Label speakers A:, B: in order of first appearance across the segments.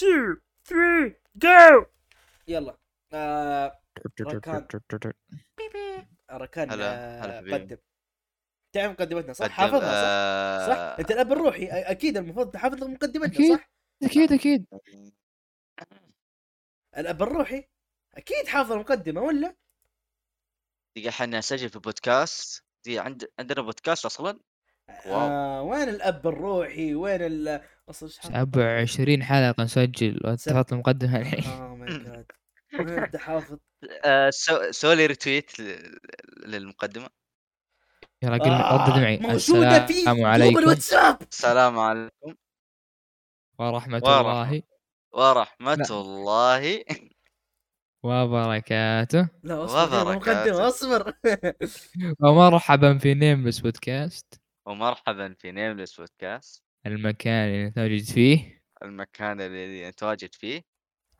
A: two, three, go
B: يلا آه ركان. ركان
C: هلا، هلا
B: آه،
C: حبيبي.
B: قدم تعرف مقدمتنا صح
C: قدم-
B: حافظها صح صح
C: طيب، آه،
B: انت الاب الروحي أ- اكيد المفروض تحافظ مقدمتنا
D: أكيد.
B: صح
D: اكيد اكيد
B: الاب الروحي اكيد حافظ المقدمه ولا
C: دقيقة احنا نسجل في بودكاست دي عند... عندنا بودكاست اصلا واو.
B: آه وين الاب الروحي وين ال اصلا ايش حافظ؟
D: 27 حلقة نسجل وتحط المقدمة الحين
B: اه ماي جاد وين انت حافظ
C: آه، سو... سوي لي ريتويت ل- للمقدمة
D: يلا قل ردد معي
B: موجوده آه، في
D: السلام
B: جروب
D: عليكم
B: الواتساب
C: السلام عليكم
D: ورحمة
C: ورحمة.
D: الله
C: ورحمة
B: نعم.
D: لا.
C: الله
D: وبركاته
B: لا اصبر يلا،
C: وبركاته.
B: مقدمه اصبر
D: ومرحبا في نيمبس بودكاست
C: ومرحبا في نيملس بودكاست
D: المكان اللي نتواجد فيه
C: المكان الذي نتواجد فيه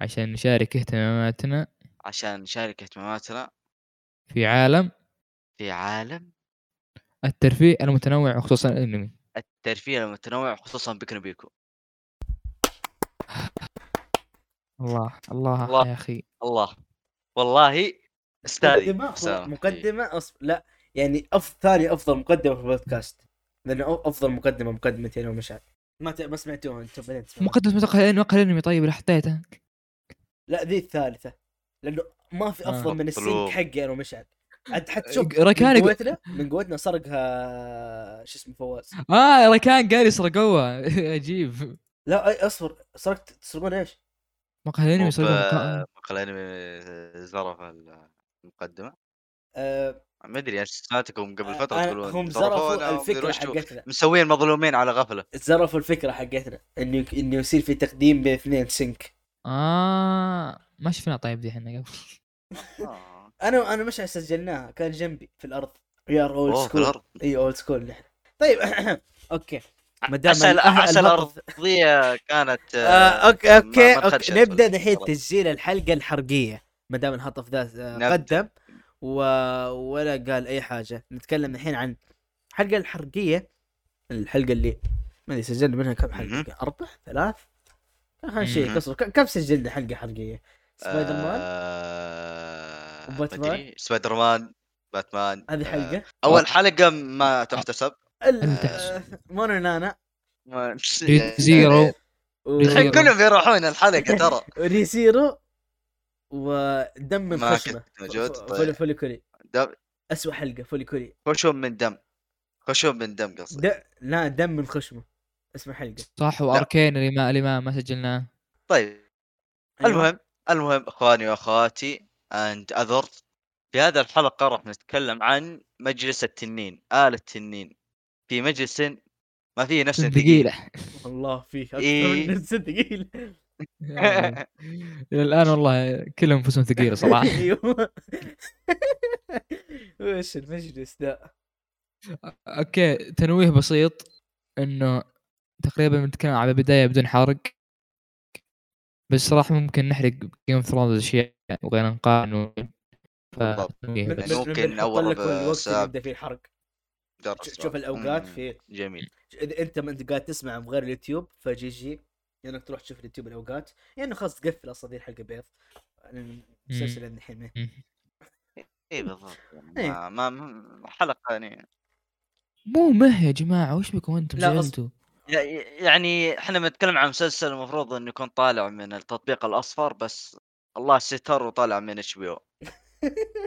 D: عشان نشارك اهتماماتنا
C: عشان نشارك اهتماماتنا
D: في عالم
C: في عالم
D: الترفيه المتنوع وخصوصا الانمي
C: الترفيه المتنوع خصوصا بيكون بيكو
D: الله الله,
C: الله.
D: يا اخي
C: الله والله استاذي
B: مقدمه
C: أستاذ.
B: مقدمه أصبر. لا يعني أف... ثاني افضل مقدمه في البودكاست لانه أف- افضل مقدمه مقدمتين ومشاعر ما ت... ما سمعتوها انتم بعدين تسمعوها.
D: مقدمة مقهى مقهى الانمي طيب اللي حطيته
B: لا ذي الثالثه لانه ما في
D: آه.
B: افضل من السينك
C: مطلوب.
B: حقي انا ومشعل عاد حتى شوف
D: ركان
B: من
D: يقول-
B: قوتنا من قوتنا سرقها شو اسمه فواز
D: اه ركان قال يسرقوها عجيب
B: لا أي اصبر سرقت تسرقون ايش؟
D: مقهى الانمي
C: مو
D: يسرقوها
C: ب-
D: مقهى-
C: مقال انمي زرف المقدمة
B: آه...
C: ما ادري يعني سمعتكم قبل فترة
B: آه،
C: تقولون
B: هم
C: زرفونا
B: زرفوا
C: ومدري
B: الفكره
C: وش و-
B: حقتنا
C: مسوين مظلومين على غفلة
B: زرفوا الفكره حقتنا انه انه يصير في تقديم باثنين سنك
D: اه ما شفنا طيب دي احنا قبل
C: آه.
B: انا انا مشعل سجلناها كان جنبي في الارض وي ار اولد
C: اوه في
B: سكول
C: الارض
B: اي اولد سكول نحن طيب اوكي ما دام
C: عسى
B: الأه-
C: عسى
B: الوقت-
C: الارضيه كانت
B: آه، اوكي اوكي, أوكي. نبدا
C: الحين
B: دحين تسجيل الحلقه الحرقيه ما دام الهطف ذا آه،
C: نبدأ.
B: قدم و... ولا قال اي حاجه نتكلم الحين عن الحلقه الحرقيه الحلقه اللي ما ادري سجلنا منها كم
C: مهم.
B: حلقه اربع ثلاث خلينا نشيك
C: مهم.
B: اصبر ك- كم سجلنا حلقه حرقيه
C: آه،
B: سبايدر مان وباتمان.
C: وباتمان سبايدر مان باتمان
B: هذه
C: آه،
B: حلقه
C: اول حلقه ما تحتسب
B: ال-
D: اللي تحسب.
B: آه، مونو نانا
C: ما- يعني
B: يعني
D: زيرو
B: و...
C: الحين
D: زيرو.
C: كلهم يروحون الحلقه ترى
B: وريسيرو ودم من
C: ما
B: خشمه
C: كنت موجود
B: ف-
C: طيب.
B: فولي فولي كوري
C: دم-
B: اسوء حلقه فولي كوري
C: خشوم من دم خشوم من دم قصدي
B: د... لا دم من خشمه اسم حلقه
D: صح واركين اللي ما اللي ما, ما سجلناه
C: طيب
B: أيوة. أيوه.
C: المهم المهم اخواني واخواتي اند اذر في هذا الحلقه راح نتكلم عن مجلس التنين آل التنين في مجلس ما فيه نفس ثقيل
D: ثقيلة
B: والله فيه اكثر
C: إيه.
B: من نفس ثقيل
D: إلى الان والله كلهم انفسهم ثقيلة صراحة
B: ايوه وش المجلس ذا
D: اوكي تنويه بسيط انه تقريبا بنتكلم على البداية بدون حرق بس راح ممكن نحرق جيم اوف ثرونز اشياء وغير قانون إيه.
B: من- من-
C: يعني
B: من-
C: ممكن
B: بنحط
C: أول
B: لك الوقت اللي
C: ساعة.
B: يبدا فيه الحرق
C: درس
B: ش- شوف
C: بعد.
B: الاوقات
C: مم.
B: في
C: جميل
B: اذا انت ما انت قاعد تسمع من غير اليوتيوب فجي جي انك تروح تشوف اليوتيوب الاوقات يعني انه خلاص تقفل اصلا ذي الحلقه بيض المسلسل الحين ما-
C: اي بالضبط يعني
B: إيه.
C: ما- ما ما- حلقه يعني
D: مو مه يا جماعة وش بكم انتم
B: لا، أص-
D: سجلتوا؟
C: يع- يعني احنا بنتكلم عن مسلسل المفروض انه يكون طالع من التطبيق الاصفر بس الله ستر وطالع من اتش بي او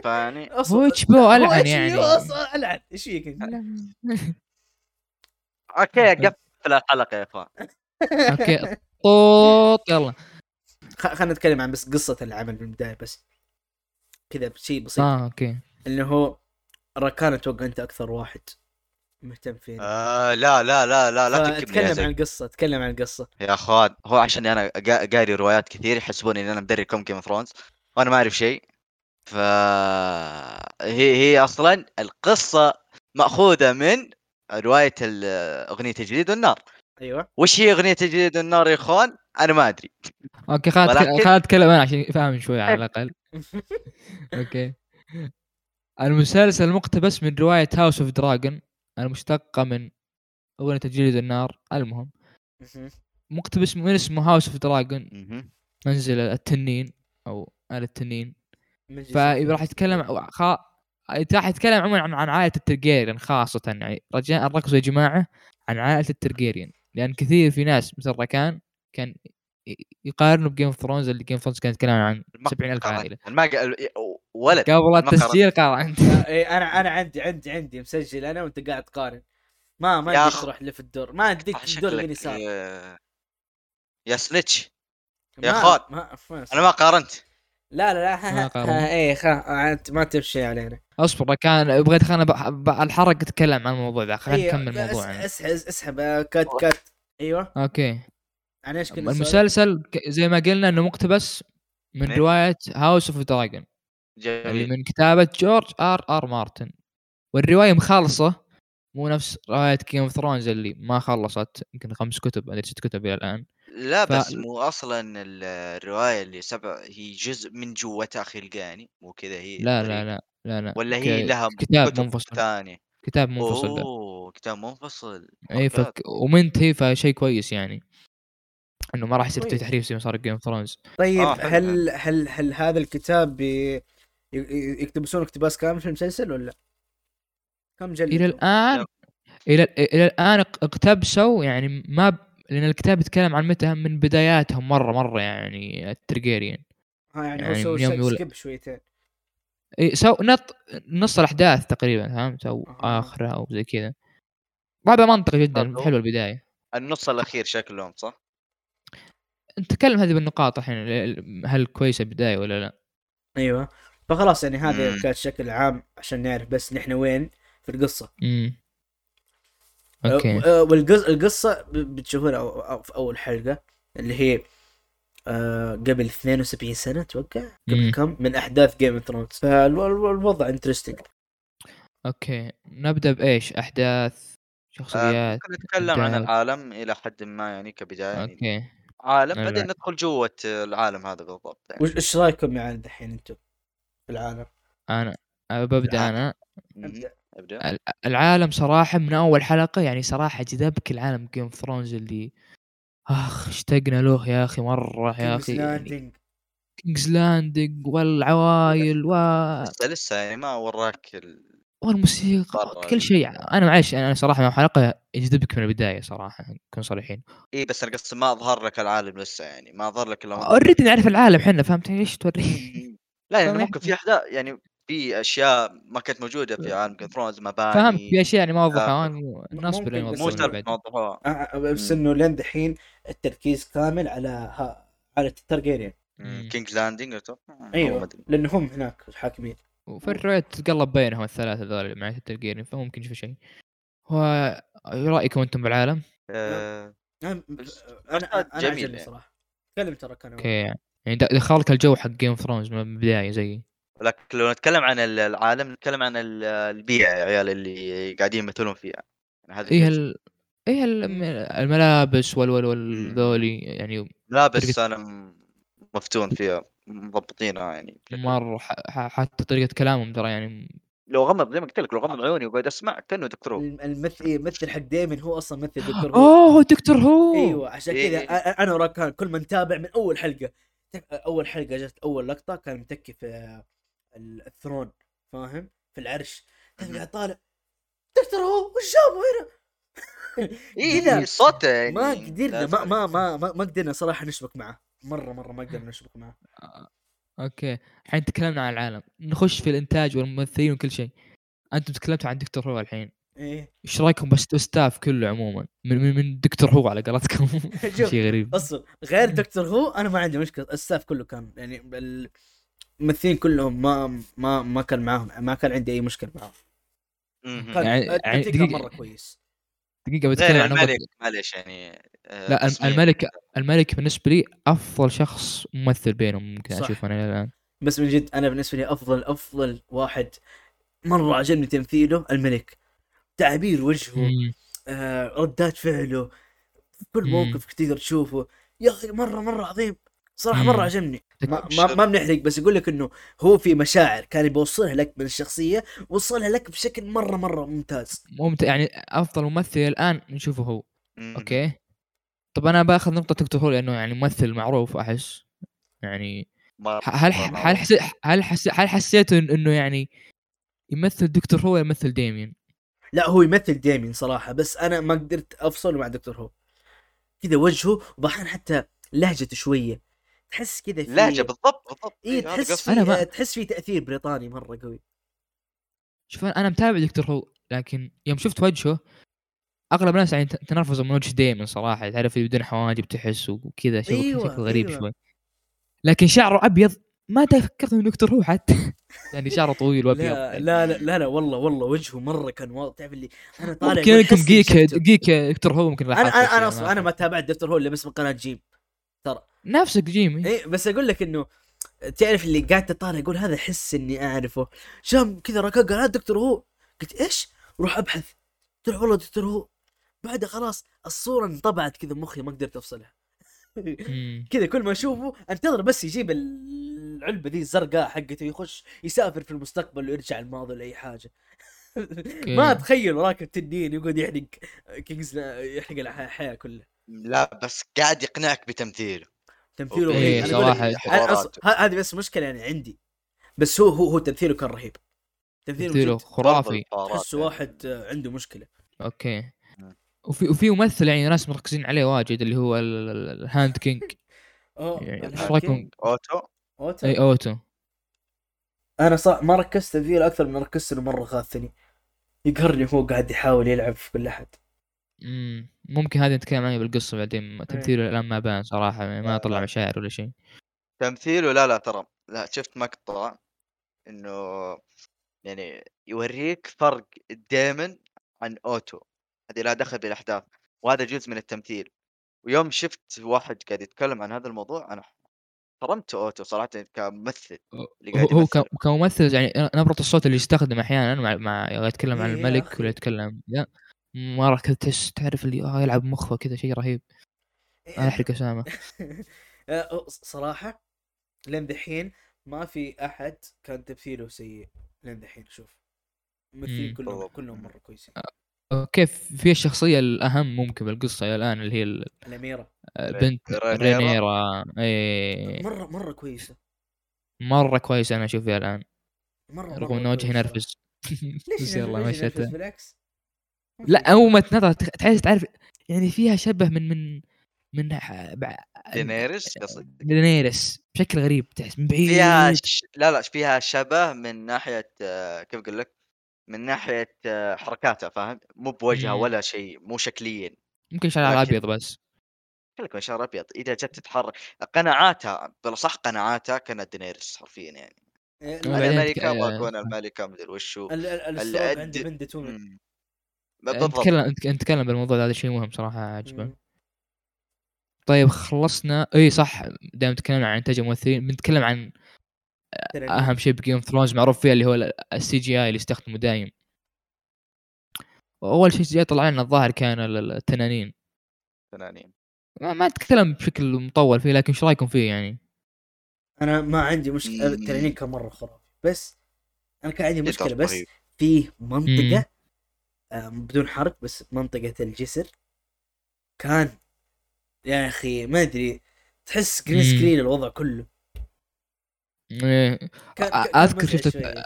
C: فيعني
B: اصلا
D: هو اتش بي او
B: هو
D: العن
B: HBO
D: يعني
B: اصلا العن ايش فيك انت؟
C: اوكي قفل الحلقه يا اخوان
D: اوكي طوط يلا
B: خ- خلينا نتكلم عن بس قصه العمل من البدايه بس كذا بشيء بسيط
D: اه اوكي
B: اللي هو ركان اتوقع انت اكثر واحد مهتم فيه
C: آه لا لا لا لا لا تكبني يا
B: اتكلم عن
C: زين.
B: القصه اتكلم عن القصه
C: يا اخوان هو عشان انا قا- قاري روايات كثير يحسبوني ان انا مدري كم جيم ثرونز وانا ما اعرف شيء ف هي هي اصلا القصه ماخوذه من روايه ال- اغنيه تجديد النار
B: ايوه
C: وش هي اغنيه تجديد النار يا اخوان انا ما ادري
D: اوكي خلنا
C: ولكن-
D: أتك- خلنا اتكلم انا عشان فاهم شوي على الاقل اوكي المسلسل مقتبس من رواية هاوس اوف دراجون المشتقة من أغنية تجليد النار المهم مقتبس من اسمه هاوس اوف دراجون
C: مهم.
D: منزل التنين او آل التنين
B: مجلس
D: فراح يتكلم ع- خ... راح يتكلم عموما عن, عن عائله الترجيريان خاصه يعني رجاء ركزوا يا جماعه عن عائله الترجيريان لان كثير في ناس مثل ركان كان ي- يقارنوا بجيم اوف ثرونز اللي جيم اوف ثرونز كان يتكلم عن
C: المقهى
D: 70000 عائله
C: ما قال ولد
D: قبل
C: المقهى-
D: التسجيل قال انت
B: اي انا انا إيه، عندي عندي عندي مسجل انا وانت قاعد تقارن ما ما
C: يا
B: ادري
C: أخ-
B: تروح لي في الدور ما ادريك الدور
C: شكلك،
B: اليمين يسار
C: آه، يا سنتش يا
B: ما-
C: خال.
B: ما ما-
C: انا ما قارنت
B: لا لا لا
D: ما
B: ها-
D: قارن.
B: ها- ايه خا انت ما تمشي علينا
D: اصبر كان بغيت خلنا ب- ب- الحرق اتكلم عن الموضوع ذا خلينا
B: إيه،
D: نكمل
B: لا،
D: الموضوع
B: اس-
D: يعني.
B: اسحب اسحب آه، كات كات ايوه
D: اوكي
B: عن ايش كنا نسولف؟
D: المسلسل ك- زي ما قلنا انه مقتبس من
C: إيه.
D: روايه هاوس اوف دراجون اللي
C: جميل
D: من كتابة جورج ار ار مارتن والرواية مخلصة مو نفس رواية جيم اوف ثرونز اللي ما خلصت يمكن خمس كتب أدري ست كتب إلى الآن
C: لا
D: ف-
C: بس مو اصلا ال- الروايه اللي سبع هي جزء من جوتها خلقاني مو كذا هي
D: لا لا
C: طريقة.
D: لا لا لا
C: إيه، ولا هي
D: ك-
C: لها
D: كتاب
C: كتب
D: منفصل.
C: ثانيه
D: كتاب منفصل له
C: اوه كتاب منفصل
D: اي
C: ممتاز.
D: إيه، فك ومنتهي فشيء كويس يعني انه ما راح يصير فيه
B: كويس.
D: تحريف زي ما صار جيم اوف ثرونز
B: طيب
C: آه، حلو.
B: هل هل هل هذا الكتاب بي... ي- ي- يقتبسون اقتباس كامل في المسلسل ولا؟ كم جلد؟
D: الى الان الى الى الان اق- اقتبسوا يعني ما ب... لان الكتاب يتكلم عن متى من بداياتهم مره مره يعني الترجيريان
B: ها يعني,
D: يعني
B: هو سوى
D: من يوم
B: شك-
D: يولد.
B: سكيب شويتين
D: اي سو نط نص الاحداث تقريبا فهمت او
B: أها.
D: اخرها او زي كذا طبعا منطقي جدا
C: برضو.
D: حلوه البدايه
C: النص الاخير شكلهم صح؟ آه،
D: نتكلم هذه بالنقاط الحين ال- ال- هل كويسه بدايه ولا لا
B: ايوه فخلاص يعني
C: مم.
B: هذا كان الشكل العام عشان نعرف بس نحن وين في القصه
D: امم
B: أه،
D: اوكي
B: أه، والقصه القصه ب- بتشوفونها أو- أو- في اول حلقه اللي هي أه، قبل 72 سنه اتوقع
D: مم.
B: قبل كم من احداث جيم اوف ثرونز فالوضع انترستنج
D: اوكي نبدا بايش احداث
C: آه،
D: شخصيات
C: ممكن نتكلم عن
D: بدايات.
C: العالم الى حد ما يعني كبدايه يعني
D: اوكي
C: عالم
D: نعم.
C: بعدين ندخل جوة العالم هذا بالضبط يعني.
B: وش رايكم يعني دحين انتم في العالم؟
D: انا أه، ببدا انا
C: مهم.
B: أبدأ.
C: ابدا
D: آه، العالم صراحه من اول حلقه يعني صراحه جذبك العالم جيم اوف ثرونز اللي اخ اشتقنا له يا اخي مره يا اخي يعني
B: Landing.
D: كينجز لاندنج والعوايل و
C: لسه لسه يعني ما وراك ال...
D: والموسيقى
C: برا
D: كل
C: ال-
D: شيء انا معلش انا صراحه مع حلقه يجذبك من البدايه صراحه نكون صريحين
C: اي إيه، بس انا قصدي ما اظهر لك العالم لسه يعني ما اظهر لك الا منطقة.
D: اوريدي نعرف العالم احنا فهمت ايش توري
C: مم. لا يعني
D: فما
C: ممكن في احداث يعني في اشياء ما كانت موجوده في عالم جيم ثرونز مباني
D: فهمت في اشياء يعني ما وضحوها
C: آه.
D: أنا- الناس
B: ممكن
D: بدنا
B: بس- موجودة
C: مو
D: يوضحوها
C: شرط
D: بعد
C: موضوعها
B: أه، أه، بس
C: مم.
B: انه لين دحين التركيز كامل على ها على الترجيريان
D: مم.
C: كينج لاندنج اتوقع آه، والله ما
B: ايوه
C: أدري.
B: لان هم هناك الحاكمين
D: وفي الرواية تتقلب بينهم الثلاثه ذول مع التلقيرين فممكن يشوفوا شيء ورايكم انتم بالعالم
B: نعم.
C: آه،
B: انا
C: بس-
B: انا, أنا
C: جميل
B: عجبني
C: يعني.
B: صراحه تكلم ترى كان
D: اوكي يعني د- دخلك الجو حق جيم ثرونز من البدايه زي
C: لكن لو نتكلم عن ال- العالم نتكلم عن ال- البيئه يا عيال اللي قاعدين يمثلون فيها يعني هذا
D: ايه
C: الجزء.
D: ال... ايه الم- الملابس وال وال
C: مم.
D: وال ذولي يعني
C: لا بس
D: طريقة-
C: انا م- مفتون فيها مضبطينها يعني بشكل-
D: مره ح- ح- حتى طريقه كلامهم ترى يعني
C: لو غمض زي ما قلت لك لو غمض عيوني وقعد اسمع كانه دكتور
B: الممثل إيه، الممثل حق دايمن هو اصلا ممثل دكتور هو
D: اوه دكتور هو
B: ايوه عشان كذا
C: إيه.
B: أ- انا وراكان كل ما نتابع من اول حلقه تعرف اول حلقه جت اول لقطه كان متكي في آه، ال- الثرون فاهم في العرش كان قاعد طالع دكتور هو وش جابه هنا؟
C: اي
B: كذا.
C: صوته يعني
B: ما قدرنا ما
C: لازم.
B: ما ما ما, ما قدرنا صراحه نشبك معه مره مره ما قدرنا نشبك معه
D: اوكي الحين تكلمنا عن العالم نخش في الانتاج والممثلين وكل شيء انتم تكلمتوا عن دكتور هو الحين
B: ايه
D: ايش رايكم بس ستاف كله عموما من من, من دكتور هو على قولتكم
B: شوف،
D: شيء غريب
B: اصلا غير دكتور هو انا ما عندي مشكله الستاف كله كان يعني ال- الممثلين كلهم ما ما ما كان معاهم ما كان عندي اي مشكله معاهم
C: مهم.
B: كان
D: يعني- يعني
B: التمثيل كان
D: دقيقة.
B: مره كويس
D: دقيقه بتكلم
C: غير
D: عن أول-
C: الملك معليش يعني آه،
D: لا الم-
C: تسمية.
D: الملك الملك بالنسبه لي افضل شخص ممثل بينهم ممكن
B: صح.
D: اشوفه انا الان
B: بس من جد انا بالنسبه لي افضل افضل واحد مره عجبني تمثيله الملك تعبير وجهه
D: مم.
B: آه ردات فعله كل
D: مم.
B: موقف تقدر تشوفه يا اخي مره مره عظيم صراحه
D: مم.
B: مره عجبني ما ما,
C: شر.
B: ما بنحرق بس يقول لك انه هو في مشاعر كان بيوصلها لك من الشخصيه وصلها لك بشكل مره مره ممتاز
D: ممتع يعني افضل ممثل الان نشوفه هو
C: مم.
D: اوكي طب انا باخذ نقطه دكتور هو لانه يعني ممثل معروف احس يعني
C: ما-
D: ح- هل
C: ما- ما-
D: هل حسي هل حسي هل حسيت إن- انه يعني يمثل دكتور هو يمثل ديمين
B: لا هو يمثل ديمين صراحه بس انا ما قدرت افصل مع دكتور هو كذا وجهه وبعدين حتى لهجته شويه تحس كذا في
C: لهجه بالضبط بالضبط
B: اي
C: هذا
B: إيه، تحس
C: إيه، قصدي.
B: في آه،
D: أنا ما-
B: تحس في تاثير بريطاني مره قوي
D: شوف أنا- انا متابع دكتور هو لكن يوم شفت وجهه اغلب الناس يعني ت- تنرفزوا من وجه ديمين صراحه تعرف اللي بدون حواجب تحس وكذا شكل
B: أيوة،
D: أيوة شكل غريب
B: أيوة.
D: شوي لكن شعره ابيض ما دا فكرت انه دكتور هو حتى يعني شعره طويل وابيض
B: لا لا لا لا, لا والله والله وجهه مره كان واضح تعرف اللي انا طالع
D: ممكن
B: أقول
D: انكم
B: حسي
D: جيك
B: شفته.
D: جيك دكتور هو ممكن
B: انا
D: لاحظت
B: انا انا
D: الشيء،
B: اصلا انا ما تابعت دكتور هو الا بس من قناه جيم
D: نفسك جيمي
B: اي إيه، بس اقول لك انه تعرف اللي قاعد تطالع يقول هذا حس اني اعرفه شام كذا ركض قال هذا دكتور هو قلت ايش؟ روح ابحث طلع والله دكتور هو بعدها خلاص الصوره انطبعت كذا مخي ما قدرت افصلها
D: مم.
B: كذا كل ما اشوفه انتظر بس يجيب العلبه ذي الزرقاء حقته يخش يسافر في المستقبل ويرجع الماضي ولا اي حاجه ما
D: أوكي.
B: اتخيل راكب تنين يقعد يحرق آه، كينجز يحرق الح- الحياه كلها
C: لا بس قاعد يقنعك بتمثيله
B: تمثيله
C: أوكي.
B: رهيب.
D: إيه،
B: أنا أقول لك-
D: صراحة.
B: أنا
C: حوارات.
B: أص- ه- هذه بس مشكله يعني عندي بس هو هو هو تمثيله كان رهيب تمثيله,
D: تمثيله
B: تمثيله
D: خرافي
C: حوارات
B: تحسه
C: يعني.
B: واحد آه، عنده مشكله
D: اوكي
C: مم.
B: آه.
D: وفي وفي ممثل يعني ناس مركزين عليه واجد اللي هو ال- ال- ال- الهاند كينج
B: اه
D: يعني
B: الهاكينج،
D: إيش رأيكم؟ إيه،
C: اوتو
B: أوتا.
D: اي اوتو
B: انا صار ما ركزت تمثيله اكثر من ركزت انه مره غاثني يقهرني هو قاعد يحاول يلعب في كل احد
D: مم. ممكن هذه نتكلم عنها بالقصه بعدين
B: إيه.
D: تمثيله الان ما بان صراحه يعني ما طلع مشاعر ولا شيء
C: تمثيله لا لا ترى لا شفت مقطع انه يعني يوريك فرق دايمن عن اوتو هذه لا دخل بالاحداث وهذا جزء من التمثيل ويوم شفت واحد قاعد يتكلم عن هذا الموضوع انا احترمت اوتو صراحه كممثل اللي
D: هو
C: قاعد
D: هو
C: يمثل
D: ك- كممثل يعني نبره الصوت اللي يستخدم احيانا مع, مع يتكلم عن
B: إيه يا
D: الملك
B: أخي.
D: ولا يتكلم لا مره كذا تحس تعرف اللي آه يلعب مخه كذا شيء رهيب
B: إيه.
D: انا احرق اسامه
B: آه، صراحه لين دحين ما في احد كان تمثيله سيء لين دحين شوف ممثلين
D: مم. آه.
B: كلهم
C: بالضبط.
B: كلهم مره كويسين
D: كيف في الشخصيه الاهم ممكن بالقصه الان اللي هي ال-
B: الاميره
D: بنت
C: إيه. رينيرا.
D: رينيرا اي
B: مره مره كويسه
D: مره كويس انا اشوفها الان
B: مره مرة
D: رغم ان وجهي
B: كويسة.
D: نرفز
B: ليش
D: بس يلا مشيتها
B: بالعكس
D: لا اول ما تنظر تخ- تحس تعرف يعني فيها شبه من من من ح- بع-
C: دينيريس قصدك
D: دينيرس بشكل غريب تحس من بعيد
C: فيها ش... لا لا فيها شبه من ناحيه آه، كيف اقول لك من ناحيه آه، حركاتها فاهم مو بوجهها
B: إيه.
D: مم.
C: ولا شيء مو شكليا
D: يمكن شعرها
C: لكن-
D: ابيض بس
C: كلك من شعر ابيض اذا جت تتحرك قناعاتها بالاصح قناعاتها كانت دينيرس حرفيا يعني
B: إيه، أيوة.
D: وبعدين
C: انا
B: ال-
D: تك-
C: الملكه
D: آه،
C: واكون الملكه مدري وشو
B: ال- ال- السراب عنده
C: الأد-
B: بنت تومي
C: مم.
B: آه،
C: ما بالضبط
D: نتكلم نتك- نتكلم بالموضوع ده، هذا شيء مهم صراحه عجبه
B: مم.
D: طيب خلصنا اي صح دائما تكلمنا عن انتاج الممثلين بنتكلم عن
B: ترى
D: اهم شيء بجيم اوف ثرونز معروف فيها اللي هو السي جي اي اللي يستخدمه دايم اول شيء جاي طلع لنا الظاهر كان ال- ال- التنانين
C: تنانين
D: ما, ما تكلم بشكل مطول فيه لكن ايش رايكم فيه يعني؟
B: انا ما عندي مشكله
C: مم.
B: التنانين كان مره خرافي بس انا كان عندي مشكله
C: جداً
B: بس
C: رهيب.
B: فيه منطقه آه، بدون حرق بس منطقه الجسر كان يا اخي ما ادري تحس جرين
D: مم.
B: سكرين الوضع كله
D: إيه،
B: كان-
D: أ-
B: كان
D: أذكر
B: مزعج
D: شفت-
B: شوية.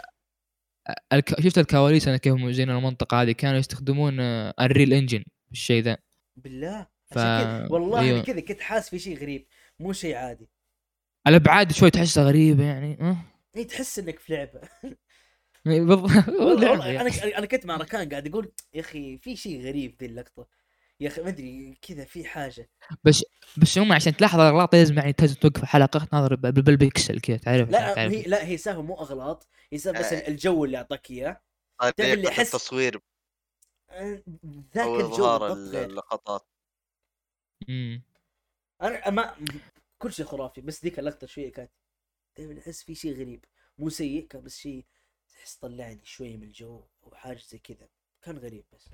D: الك... شفت الكواليس انا كيف موزين المنطقه هذه كانوا يستخدمون آه، الريل انجن الشيء ذا
B: بالله
D: ف-
B: عشان كذا والله انا
D: أيوة.
B: كذا كنت حاسس في شيء غريب مو شيء عادي
D: الابعاد شوي تحسها غريبه يعني أه؟
B: اي إيه، تحس انك في لعبه
D: بالضبط
B: والله
D: لعبة
B: والله
D: يعني.
B: انا انا كنت مع ركان قاعد اقول يا اخي في شيء غريب ذي اللقطه يا اخي ما ادري كذا في حاجه
D: بس هم عشان تلاحظ الاغلاط لازم يعني لازم توقف الحلقه تناظر ب- ب- بالبكسل كذا تعرف عشان
B: لا
D: تعرف.
B: هي لا هي سهو مو اغلاط هي سهو بس
C: آه.
B: الجو اللي اعطاك اياه تعرف اللي
C: طريقه
B: أحس-
C: طيب، التصوير
B: آه، ذاك
C: او
B: الجو إيه.
C: اظهار
B: بالضبط
C: ال-
B: غير.
C: اللقطات
D: أمم.
B: انا ما كل شيء خرافي بس ذيك اللقطه شويه كانت دائما احس في شيء غريب مو سيء كان بس شيء تحس طلعني شوي من الجو او حاجه زي كذا كان غريب بس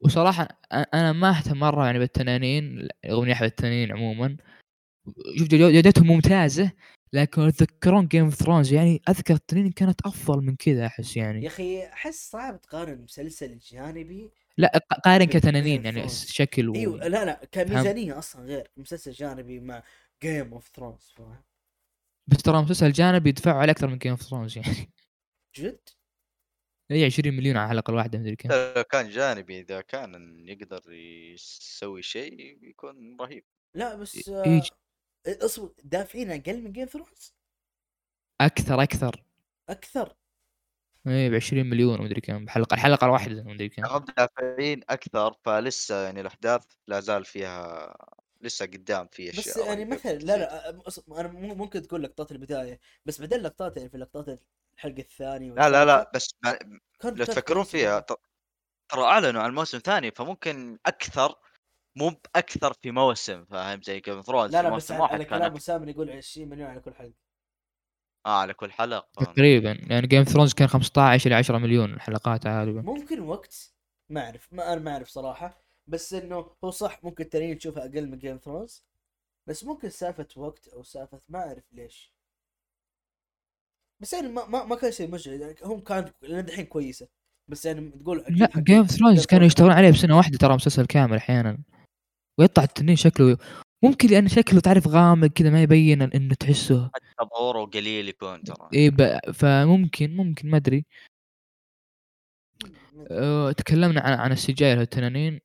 D: وصراحه أ- انا ما اهتم مره يعني بالتنانين رغم اني احب التنانين عموما شوف جد- جودتهم ممتازه لكن تذكرون جيم اوف ثرونز يعني اذكر التنانين كانت افضل من كذا احس يعني
B: يا اخي احس صعب تقارن مسلسل جانبي
D: لا ق- قارن كتنانين يعني
B: Thrones.
D: شكل و...
B: ايوه لا لا
D: فهمت.
B: كميزانيه اصلا غير مسلسل جانبي مع جيم اوف ثرونز فاهم
D: بس ترى مسلسل جانبي يدفعوا عليه اكثر من جيم اوف ثرونز يعني
B: جد؟
D: هي 20 يعني إيه، مليون على الحلقه الواحده مدري كم
C: حتى لو كان جانبي اذا كان يقدر يسوي شيء بيكون رهيب
B: لا بس
D: إيه،
B: آه،
D: إيه.
B: اصبر دافعين اقل من جيم اوف ثرونز
D: اكثر اكثر
B: اكثر
D: اي ب 20 إيه، مليون مدري كم بحلقه الحلقه الواحده مدري كم
C: رغم دافعين اكثر فلسه يعني الاحداث لا زال فيها لسه قدام في اشياء
B: بس يعني
C: رهيبة
B: مثلا لا لا أم- أص- انا مو- ممكن تقول لقطات البدايه بس بعدين لقطات يعني في لقطات الحلقه الثانيه
C: لا لا لا
B: والثالثة
C: بس ما-
B: كان
C: لو
B: كان
C: تفكرون
B: كويسة
C: فيها
B: مرة.
C: ت- ترى اعلنوا عن موسم ثاني فممكن اكثر مو باكثر في موسم فاهم زي جيم ثرونز
B: لا لا بس على- على
C: كان
B: كلام وسام يقول 20 مليون على كل حلقه
C: اه على كل حلقه
D: تقريبا يعني جيم اوف ثرونز كان 15 الى 10 مليون الحلقات غالبا
B: ممكن وقت ما اعرف ما انا ما اعرف صراحه بس انه هو صح ممكن التانيين تشوفها اقل من جيم ثرونز بس ممكن سالفه وقت او سالفه ما اعرف ليش بس يعني ما ما, ما كان شيء مزعج يعني هم كان لين الحين كويسه بس يعني تقول أكيد
D: لا
B: حق-
D: جيم اوف ثرونز كانوا
B: Thrones.
D: يشتغلون عليه بسنه واحده ترى مسلسل كامل احيانا ويطلع التنين شكله ممكن لان شكله تعرف غامق كذا ما يبين انه تحسه
C: تطوره قليل يكون ترى
D: اي إيه، ب- فممكن ممكن ما ادري أه، تكلمنا عن عن السجاير والتنانين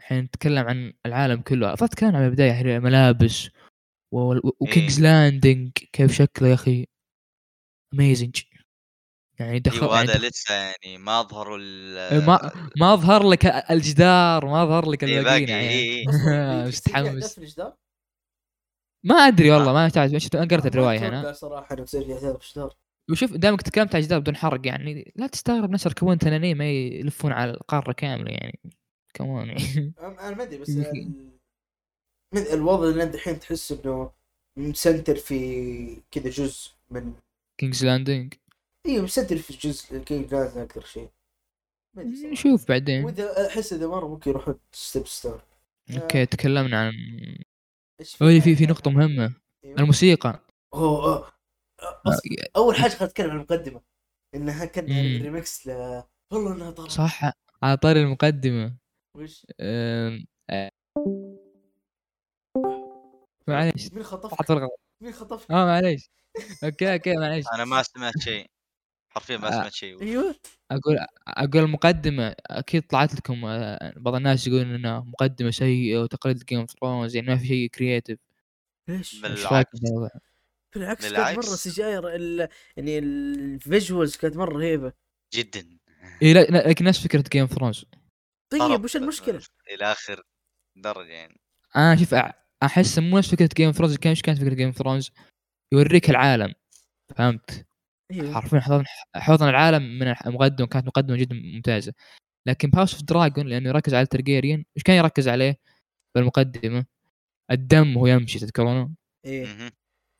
D: الحين نتكلم عن العالم كله فقط تكلمنا عن البدايه يعني الملابس و- و- وكينجز
C: إيه.
D: لاندنج كيف شكله يا اخي اميزنج يعني دخل
C: ايوه
D: يعني
C: هذا لسه يعني ما اظهروا ال
D: دخل- ما ما ظهر لك الجدار ما ظهر لك
C: آه. إيه،
D: الباقيين
C: باقي،
D: يعني
C: إيه، إيه.
B: أصلاً في- في- في-
D: متحمس.
B: في الجدار؟
D: ما ادري
C: آه.
D: والله ما تعرف ما شفت انا قريت
B: ما
D: الروايه
B: أتوقع
D: هنا
B: صراحه انه بصير في عذاب في الجدار
D: وشوف دامك تكلمت عن جدار بدون حرق يعني لا تستغرب ناس يركبون تنانين ما يلفون على القاره كامله يعني كمان يعني
B: أم- انا ما ادري بس يعني
D: يمكن.
B: ال- من الوضع اللي الحين تحس انه مسنتر في كذا جزء من
D: كينجز لاندنج
B: ايوه مسنتر في جزء كينج جاز اكثر شيء ما أدري صراحة.
D: نشوف بعدين
B: واذا احس اذا مره ممكن يروحون ستيب ستار
D: اوكي تكلمنا عن
B: ايش
D: أوه، في في نقطه مهمه
B: أيوة.
D: الموسيقى
B: يعني؟
D: آه،
B: أوه، أوه. أص- اول حاجه خلنا نتكلم عن المقدمه انها كان
D: مم.
B: ريمكس ل والله انها طالعه
D: صح على طاري المقدمه
B: وش
D: أم، أه. معليش
B: مين خطفك؟
D: حط الغلط
B: مين خطفك؟
D: اه معليش اوكي اوكي معليش
C: انا ما سمعت شيء حرفيا ما
D: آه.
C: سمعت شيء
B: ايوه
D: اقول اقول المقدمه اكيد طلعت لكم آه، بعض الناس يقولون انها مقدمه سيئه وتقليد جيم اوف ثرونز يعني ما في شيء كرييتيف
B: ليش؟
C: بال-
D: ايش رايك
C: بالعكس.
D: بالموضوع؟
B: بالعكس كانت
C: بالعكس.
B: مره سجاير ال... يعني الفيجوالز كانت مره رهيبه
C: جدا
D: اي إيه، لا لا، لكن نفس فكره جيم اوف ثرونز
B: طيب
C: طرب آه.
B: وش المشكله؟
C: الى اخر درجه يعني
D: انا شوف أع- احس مو نفس فكره جيم اوف ثرونز كان ايش كانت فكره جيم اوف ثرونز يوريك العالم فهمت
B: ايوه
D: حرفيا حضن حضن العالم من المقدمه كانت مقدمه جدا ممتازه لكن باوس اوف دراجون لانه يركز على الترجيريان ايش كان يركز عليه بالمقدمه الدم وهو يمشي تذكرونه
B: ايه
C: مهم.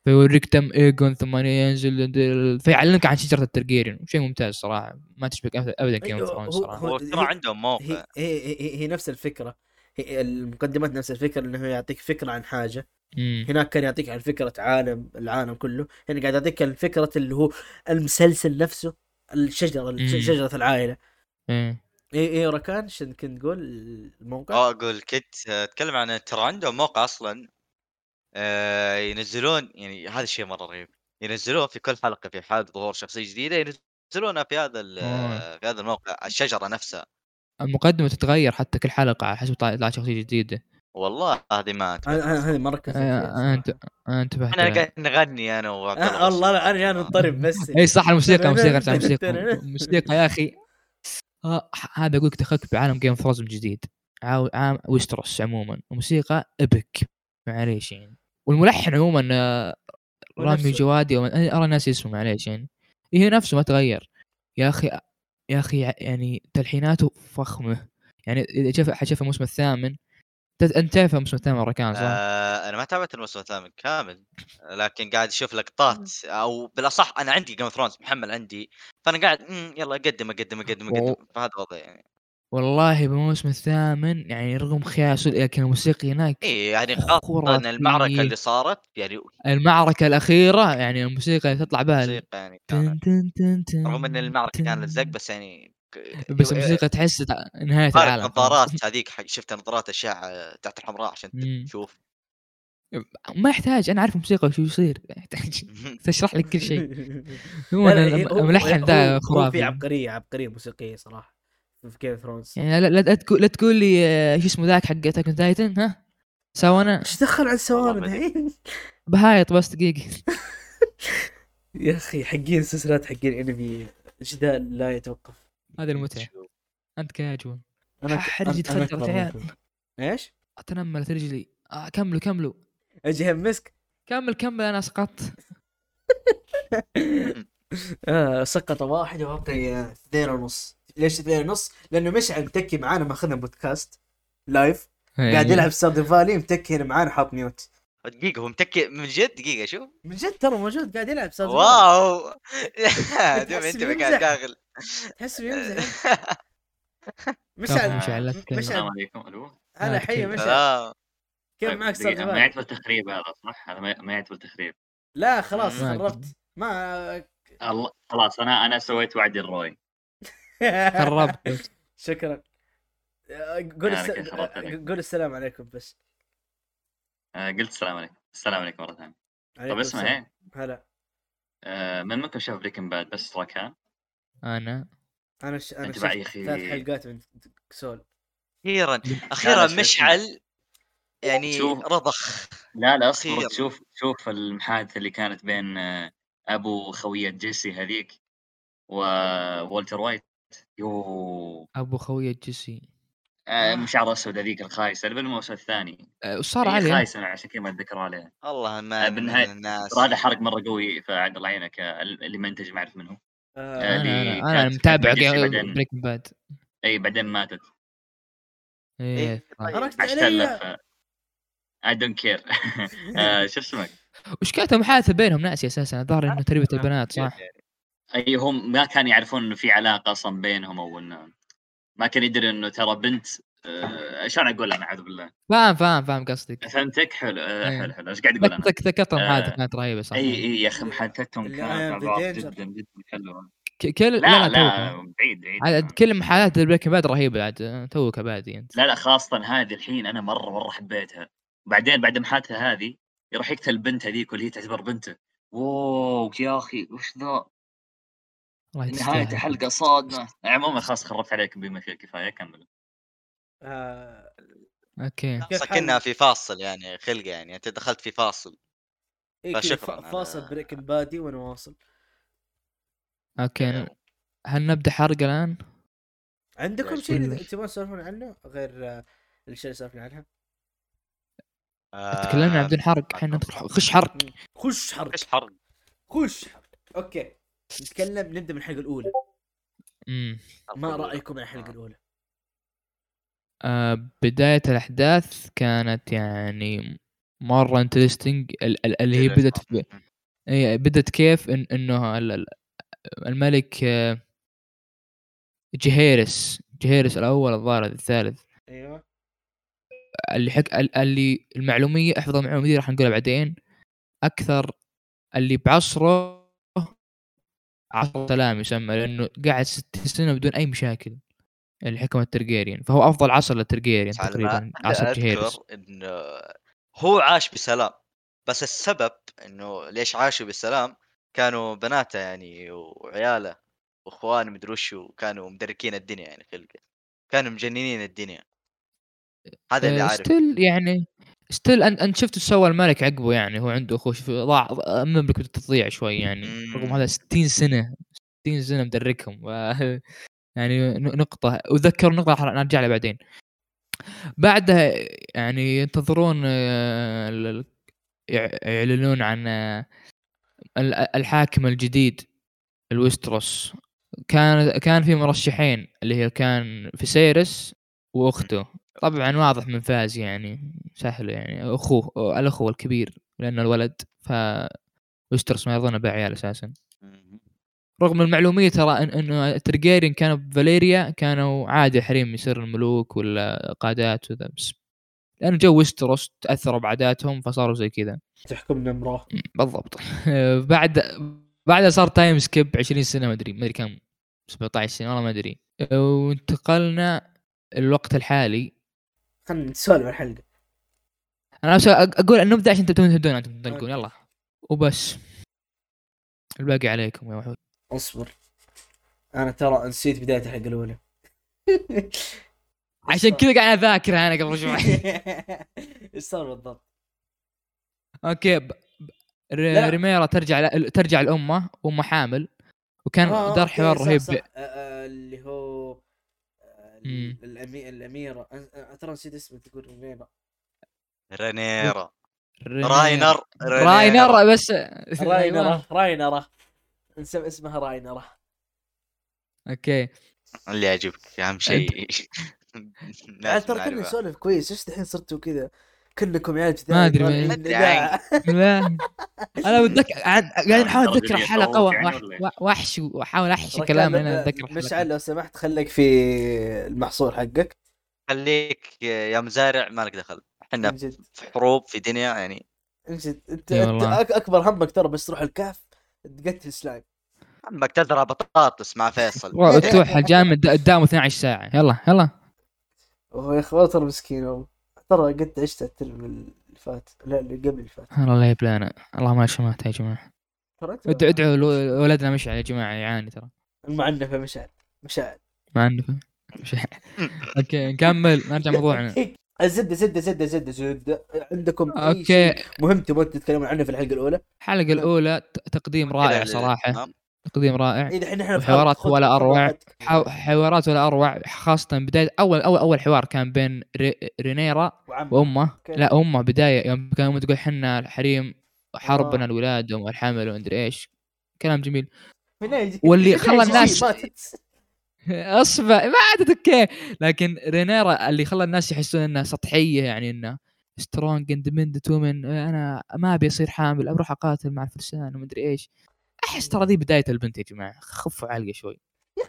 D: فيوريك دم ايجون ثم ينزل دل- فيعلمك عن شجره الترجيريان شيء ممتاز صراحه ما تشبك أبد- ابدا جيم
B: أيوه،
D: اوف ثرونز
B: هو-
D: صراحه
C: هو ترى عندهم موقع
B: هي هي, هي, هي نفس الفكره هي المقدمات نفس الفكره انه يعطيك فكره عن حاجه
D: مم.
B: هناك كان يعطيك عن فكره عالم العالم كله هنا قاعد يعطيك عن فكره اللي هو المسلسل نفسه الشجره
D: مم.
B: شجره العائله
D: إيه.
B: اي اي ركان ايش كنت تقول الموقع
C: اه اقول كنت اتكلم عن ترى عندهم موقع اصلا آه، ينزلون يعني هذا الشيء مره رهيب ينزلون في كل حلقه في حال ظهور شخصيه جديده ينزلونها في هذا ال-
D: آه.
C: في هذا الموقع الشجره نفسها
D: المقدمه تتغير حتى كل حلقه على حسب طلع طلع شخصيه جديده
C: والله هذه ما أنت-
B: هذه ما ركزت
D: آه، انت أنا انتبهت
C: احنا
D: لها.
C: قاعد نغني انا وعبد
B: آه
C: الله
B: الله لا، انا يعني اضطرب بس
D: اي إيه، صح الموسيقى الموسيقى نرجع الموسيقى الموسيقى يا اخي آه، ح- هذا اقول لك دخلك بعالم جيم اوف من جديد عاو- عام ويستروس عموما الموسيقى ابك معليش يعني والملحن عموما آه، رامي
B: ونفسه.
D: جوادي ومن... انا أنا ناسي اسمه معليش يعني هي نفسه ما تغير يا اخي يا اخي ع- يعني تلحيناته فخمه يعني اذا شاف حشاف الموسم الثامن ت- انت تعرف الموسم الثامن ركان صح؟
C: آه انا ما تابعت الموسم الثامن كامل لكن قاعد اشوف لقطات او بالاصح انا عندي جيم ثرونز محمل عندي فانا قاعد مم، يلا اقدم اقدم اقدم
D: و-
C: اقدم فهذا وضع يعني
D: والله بالموسم الثامن يعني رغم خياسه لكن الموسيقى هناك
C: اي يعني خاصه
D: خرافية.
C: المعركه اللي صارت يعني
D: المعركه الاخيره يعني الموسيقى اللي تطلع بها ال-
C: موسيقى يعني
D: تن
C: كانت
D: تن تن تن
C: رغم ان المعركه
D: تن.
C: كانت زق بس يعني آه،
D: بس الموسيقى تحس تع- نهايه
C: خارج
D: العالم
C: نظارات هذيك حق شفت نظارات اشعه تحت الحمراء عشان
D: مم.
C: تشوف
D: ما يحتاج انا عارف موسيقى شو يصير ما يحتاج تشرح لك كل شيء هو
B: لا، لا، هي- هو-
D: الملحن
B: هو-
D: ذا
B: هو في
D: خرافي
B: عبقريه عبقريه موسيقيه صراحه في جيم ثرونز
D: يعني لا, لا, لا تقول لا تقول لي آه، شو اسمه ذاك حق اتاك تايتن ها سوانا
B: ايش دخل إيه. على السوالف
C: والله ما
B: الحين؟
D: بهايط بس دقيقه
B: يا اخي حقين السلسلات حقين انمي جدال لا يتوقف
D: هذا المتعه انت كاجو
B: انا
D: حرج
B: أنا- أنا
D: يتفرج
B: أكبر
D: عيال.
B: منكم. ايش؟
D: اتنملت رجلي آه كملوا كملوا
B: اجي همسك
D: كمل كمل انا سقطت
B: آه سقط واحد وبقي آه، اثنين ونص ليش اثنين ونص؟ لانه مشعل متكي معانا ماخذنا بودكاست لايف
D: إيه.
B: قاعد يلعب ساب فالي متكي هنا معانا حاط ميوت
C: دقيقه هو متكي من جد دقيقه شوف
B: من جد ترى موجود قاعد يلعب ساب
C: واو دوم
B: تحس
C: انت
B: بيمزح.
C: قاعد داخل
B: تحس
C: إيه.
B: بيمزح مشعل
D: مشعل،
B: مشعل
E: السلام عليكم الو
B: هلا حي مشعل
C: سلام
B: كيف
E: طيب،
B: معك
E: دقيقة،
B: ساب
E: ما
B: فالي؟
E: يعتبر تخريب هذا صح؟ هذا ما ما يعتبر تخريب
B: لا خلاص
D: ما أدري.
B: قربت ما
E: الله خلاص انا انا سويت وعدي الروي
D: قربت
B: شكرا آه، قول
E: يا
B: الس...
E: لك يا خرابت عليك.
B: قول السلام عليكم بس
E: آه قلت السلام عليكم السلام عليكم مره ثانيه طب
B: عليكم
E: طيب، اسمع
B: السلام.
E: هي
B: هلا
E: آه من منكم شاف بريكن باد بس ترى كان
D: انا
B: انا ش... انا
E: أنت بقى يا
B: شفت
E: أخي.
B: ثلاث حلقات من سول
C: اخيرا
E: لا،
C: اخيرا
E: شايف-
C: مشعل يعني
E: شوف.
C: رضخ
E: لا لا
C: أخيراً.
E: اصبر شوف شوف المحادثه اللي كانت بين آه ابو خويه جيسي هذيك وولتر وايت يو
D: ابو خويه جيسي
E: آه مشعر اسود هذيك الخايسه اللي بالموسم الثاني
D: أه، صار
E: هي
D: عليه
E: خايسه أنا عشان كذا ما اتذكر عليها
C: الله
B: آه،
C: ما
E: بالنهاية،
C: من الناس
E: ترى هذا حرق مره قوي فعد الله يعينك آه، اللي منتج ما اعرف منه
D: انا
E: آه،
B: آه...
E: اللي
D: أنا- انا
E: كانت-
D: متابع
E: كانت جيسي بعدين.
D: بريكنج باد
E: اي بعدين ماتت إيه،
D: ايه
C: طيب.
B: خرجت
E: عشت
B: علي
E: تلف اي دونت كير آه، شو اسمك
D: وش كانت محادثه بينهم ناسي اساسا الظاهر انه
E: آه.
D: تربيه البنات صح
C: إيه،
E: اي هم ما كانوا يعرفون انه في علاقه اصلا بينهم او انه ما كان يدري انه ترى بنت آه، شلون اقولها اعوذ بالله
D: فاهم فاهم فاهم قصدك
E: فهمتك حلو آه،
D: إيه.
E: حلو حلو ايش قاعد اقول انا
D: ذك- ذكرت المحادثه
E: آه،
D: كانت رهيبه صح
E: اي اي يا اخي محادثتهم
B: اللي I am
E: كانت
B: the
E: بعض
B: danger.
E: جدا جدا حلوه
D: ك- كل
E: لا لا
D: توك.
E: بعيد بعيد
D: عاد كل محادثه بريكنج باد رهيبه عاد توك يعني، بادي انت
E: لا لا خاصة هذه الحين أنا مرة مرة حبيتها بعدين بعد المحادثة هذه يروح يقتل البنت هذيك واللي هي تعتبر بنته واو يا أخي وش ذا
D: الله
E: نهاية
D: يستاهل
E: حلقة صادمة عموما إيه، خلاص خربت عليكم بما فيه الكفاية كمل
B: آه...
D: اوكي
B: كيف
C: سكننا
B: حالك؟
C: إيه. في فاصل يعني خلقه يعني انت دخلت في فاصل
B: إيه
C: لا،
B: كذا
C: شكراً،
B: ف-
C: أنا-
B: فاصل بريكن بادي وانا واصل
E: آه.
C: إيه.
D: اوكي هل نبدا حرق الان؟
B: عندكم
E: بسم
B: شيء
D: الله.
B: اللي تبغون تسولفون عنه غير آه، الاشياء اللي سولفنا عنها؟
C: آه،
D: تكلمنا عن بدون حرق الحين ندخل حرق. خش حرق
B: خش حرق
C: ايش حرق
B: خش حرق اوكي نتكلم نبدا من الحلقه الاولى
D: امم
B: ما رايكم عن
C: آه.
B: الحلقه الاولى؟
D: آه بدايه الاحداث كانت يعني مره انترستنج اللي هي بدت في- اي إيه، بدت كيف إن انه ال- ال- الملك آه، جهيرس جهيرس الاول الظاهر الثالث
B: ايوه
D: اللي حك ال- اللي المعلوميه احفظ المعلومه دي راح نقولها بعدين اكثر اللي بعصره عصر سلام يسمى لانه قاعد 60 سنه بدون اي مشاكل الحكم الترجيريان فهو افضل عصر للترجيريان
C: على ما
D: تقريبا عصر جهيرس
C: اذكر انه هو عاش بسلام بس السبب انه ليش عاشوا بالسلام كانوا بناته يعني وعياله واخوان مدري وش وكانوا مدركين الدنيا يعني خلقه كانوا مجننين الدنيا هذا
D: آه،
C: اللي عارف
D: ستيل يعني ستيل انت انت شفت ايش سوى الملك عقبه يعني هو عنده اخوه شوف ضاع المملكه بدها تضيع شوي يعني
C: مم.
D: رغم هذا 60 سنه 60 سنه مدركهم ف- يعني ن- نقطه وذكر نقطه راح نرجع لها بعدين بعدها يعني ينتظرون آه، ال- ال- يع- يعلنون عن آه، ال- الحاكم الجديد الويستروس كان كان في مرشحين اللي هي كان فيسيرس واخته طبعا واضح من فاز يعني سهل يعني اخوه الاخو الكبير لانه الولد ف ويسترس ما يرضونه بعيال اساسا
C: مم.
D: رغم المعلوميه ترى إن- انه الترجيرين كانوا بفاليريا كانوا عادي حريم يصير الملوك ولا قادات وذا بس لانه جو ويستروس تاثروا بعاداتهم فصاروا زي كذا
B: تحكمنا امراه
D: بالضبط بعد بعدها صار تايم سكيب 20 سنه ما ادري ما ادري كم 17 سنه والله ما ادري وانتقلنا الوقت الحالي
B: خلينا نسولف عن الحلقه
D: انا بس أق- اقول النبذه عشان تبدون تهدون انتم تنطلقون يلا وبس الباقي عليكم يا وحود
B: اصبر انا ترى نسيت بدايه الحلقه الاولى
D: عشان كذا قاعد اذاكرها انا قبل شوي
B: ايش صار بالضبط؟
D: اوكي ب... ب... ر-
B: لا.
D: ريميرا ترجع ل... ترجع لامه وامه حامل وكان
B: آه،
D: دار
B: أوكي،
D: حوار
B: صح،
D: رهيب
B: صح. آه، آه، اللي هو آه،
D: مم.
B: الأمي... الاميره أنا- أنا ترى نسيت اسمه تقول الاميره
C: رينيرا
D: ريميرا.
C: راينر رينيرا.
D: راينر بس
B: راينره راينره نسم اسمها راينره
D: اوكي
C: اللي يعجبك اهم شيء
B: عاد
C: ناس
B: آه، ترى كنا
C: معرفة.
B: نسولف كويس ايش دحين صرتوا كذا كلكم عيال جداد
D: ما أدري، ما
B: طالعين
C: أدري.
B: إذاعة.
D: لا انا بتذكر قاعد قاعد احاول
E: الدرجة
D: اتذكر
E: دي
D: حلقه
E: تخوف
D: وأح-
E: يعني
D: وأح-
E: ولا
D: واحشي واحاول احشي
B: ركان،
D: كلام انا
B: لما-
D: اتذكر
B: مشعل
D: الحلقة.
B: لو سمحت خليك في المحصول حقك
C: خليك يا مزارع مالك دخل
B: من
C: احنا
B: جد
C: في حروب في دنيا يعني
B: من جد انت
D: إي
B: أنت
D: والله.
B: أك- اكبر همك ترى بس تروح الكهف تقتل سلايم
C: عمك تزرع بطاطس مع فيصل إيه،
D: والله توحل جامد قدامه 12 ساعه يلا يلا
B: وهو يا اخي والله ترى مسكين والله ترى قد عشت الترم اللي فات لا اللي قبل اللي فات
D: الله لا يبلانا الله ما شمعته يا جماعه
B: ترى أنت
D: ادعوا ادعوا لو- ولدنا مشعل يا جماعه يعاني يعني ترى
B: المعنفه مشعل مشعل
D: ما عندكم مشعل. اوكي نكمل نرجع موضوعنا
B: إيه. الزبده زبده زبده زبده زبده عندكم اي
D: اوكي
B: شيء مهم تبون تتكلمون عنه في الحلقه الاولى
D: الحلقه الاولى ت- تقديم
C: يعني
D: رائع
C: آه. نعم.
D: صراحه
B: طيب،
D: تقديم رائع
B: اذا احنا احنا في
D: وحوارات
B: خط-
D: ولا
B: خط-
D: أروع.
B: خط-
D: حو- حوارات ولا اروع خاصه بدايه اول اول اول حوار كان بين ري- رينيرا
B: وعم.
D: وامه
B: أوكي.
D: لا امه بدايه يوم كانوا تقول حنا الحريم حربنا
B: آه.
D: الولاده والحمل ومدري ايش كلام جميل
B: من أين يجي-
D: واللي
B: من أين
D: خلى
B: يجي؟
D: الناس-
B: ماتت.
D: اصبع ما عادت اوكي لكن رينيرا اللي خلى الناس يحسون انها سطحيه يعني انه سترونج اندبندنت وومن انا ما ابي اصير حامل اروح اقاتل مع الفرسان ومدري ايش احس ترى ذي بدايه البنت يا جماعه خفوا علقه شوي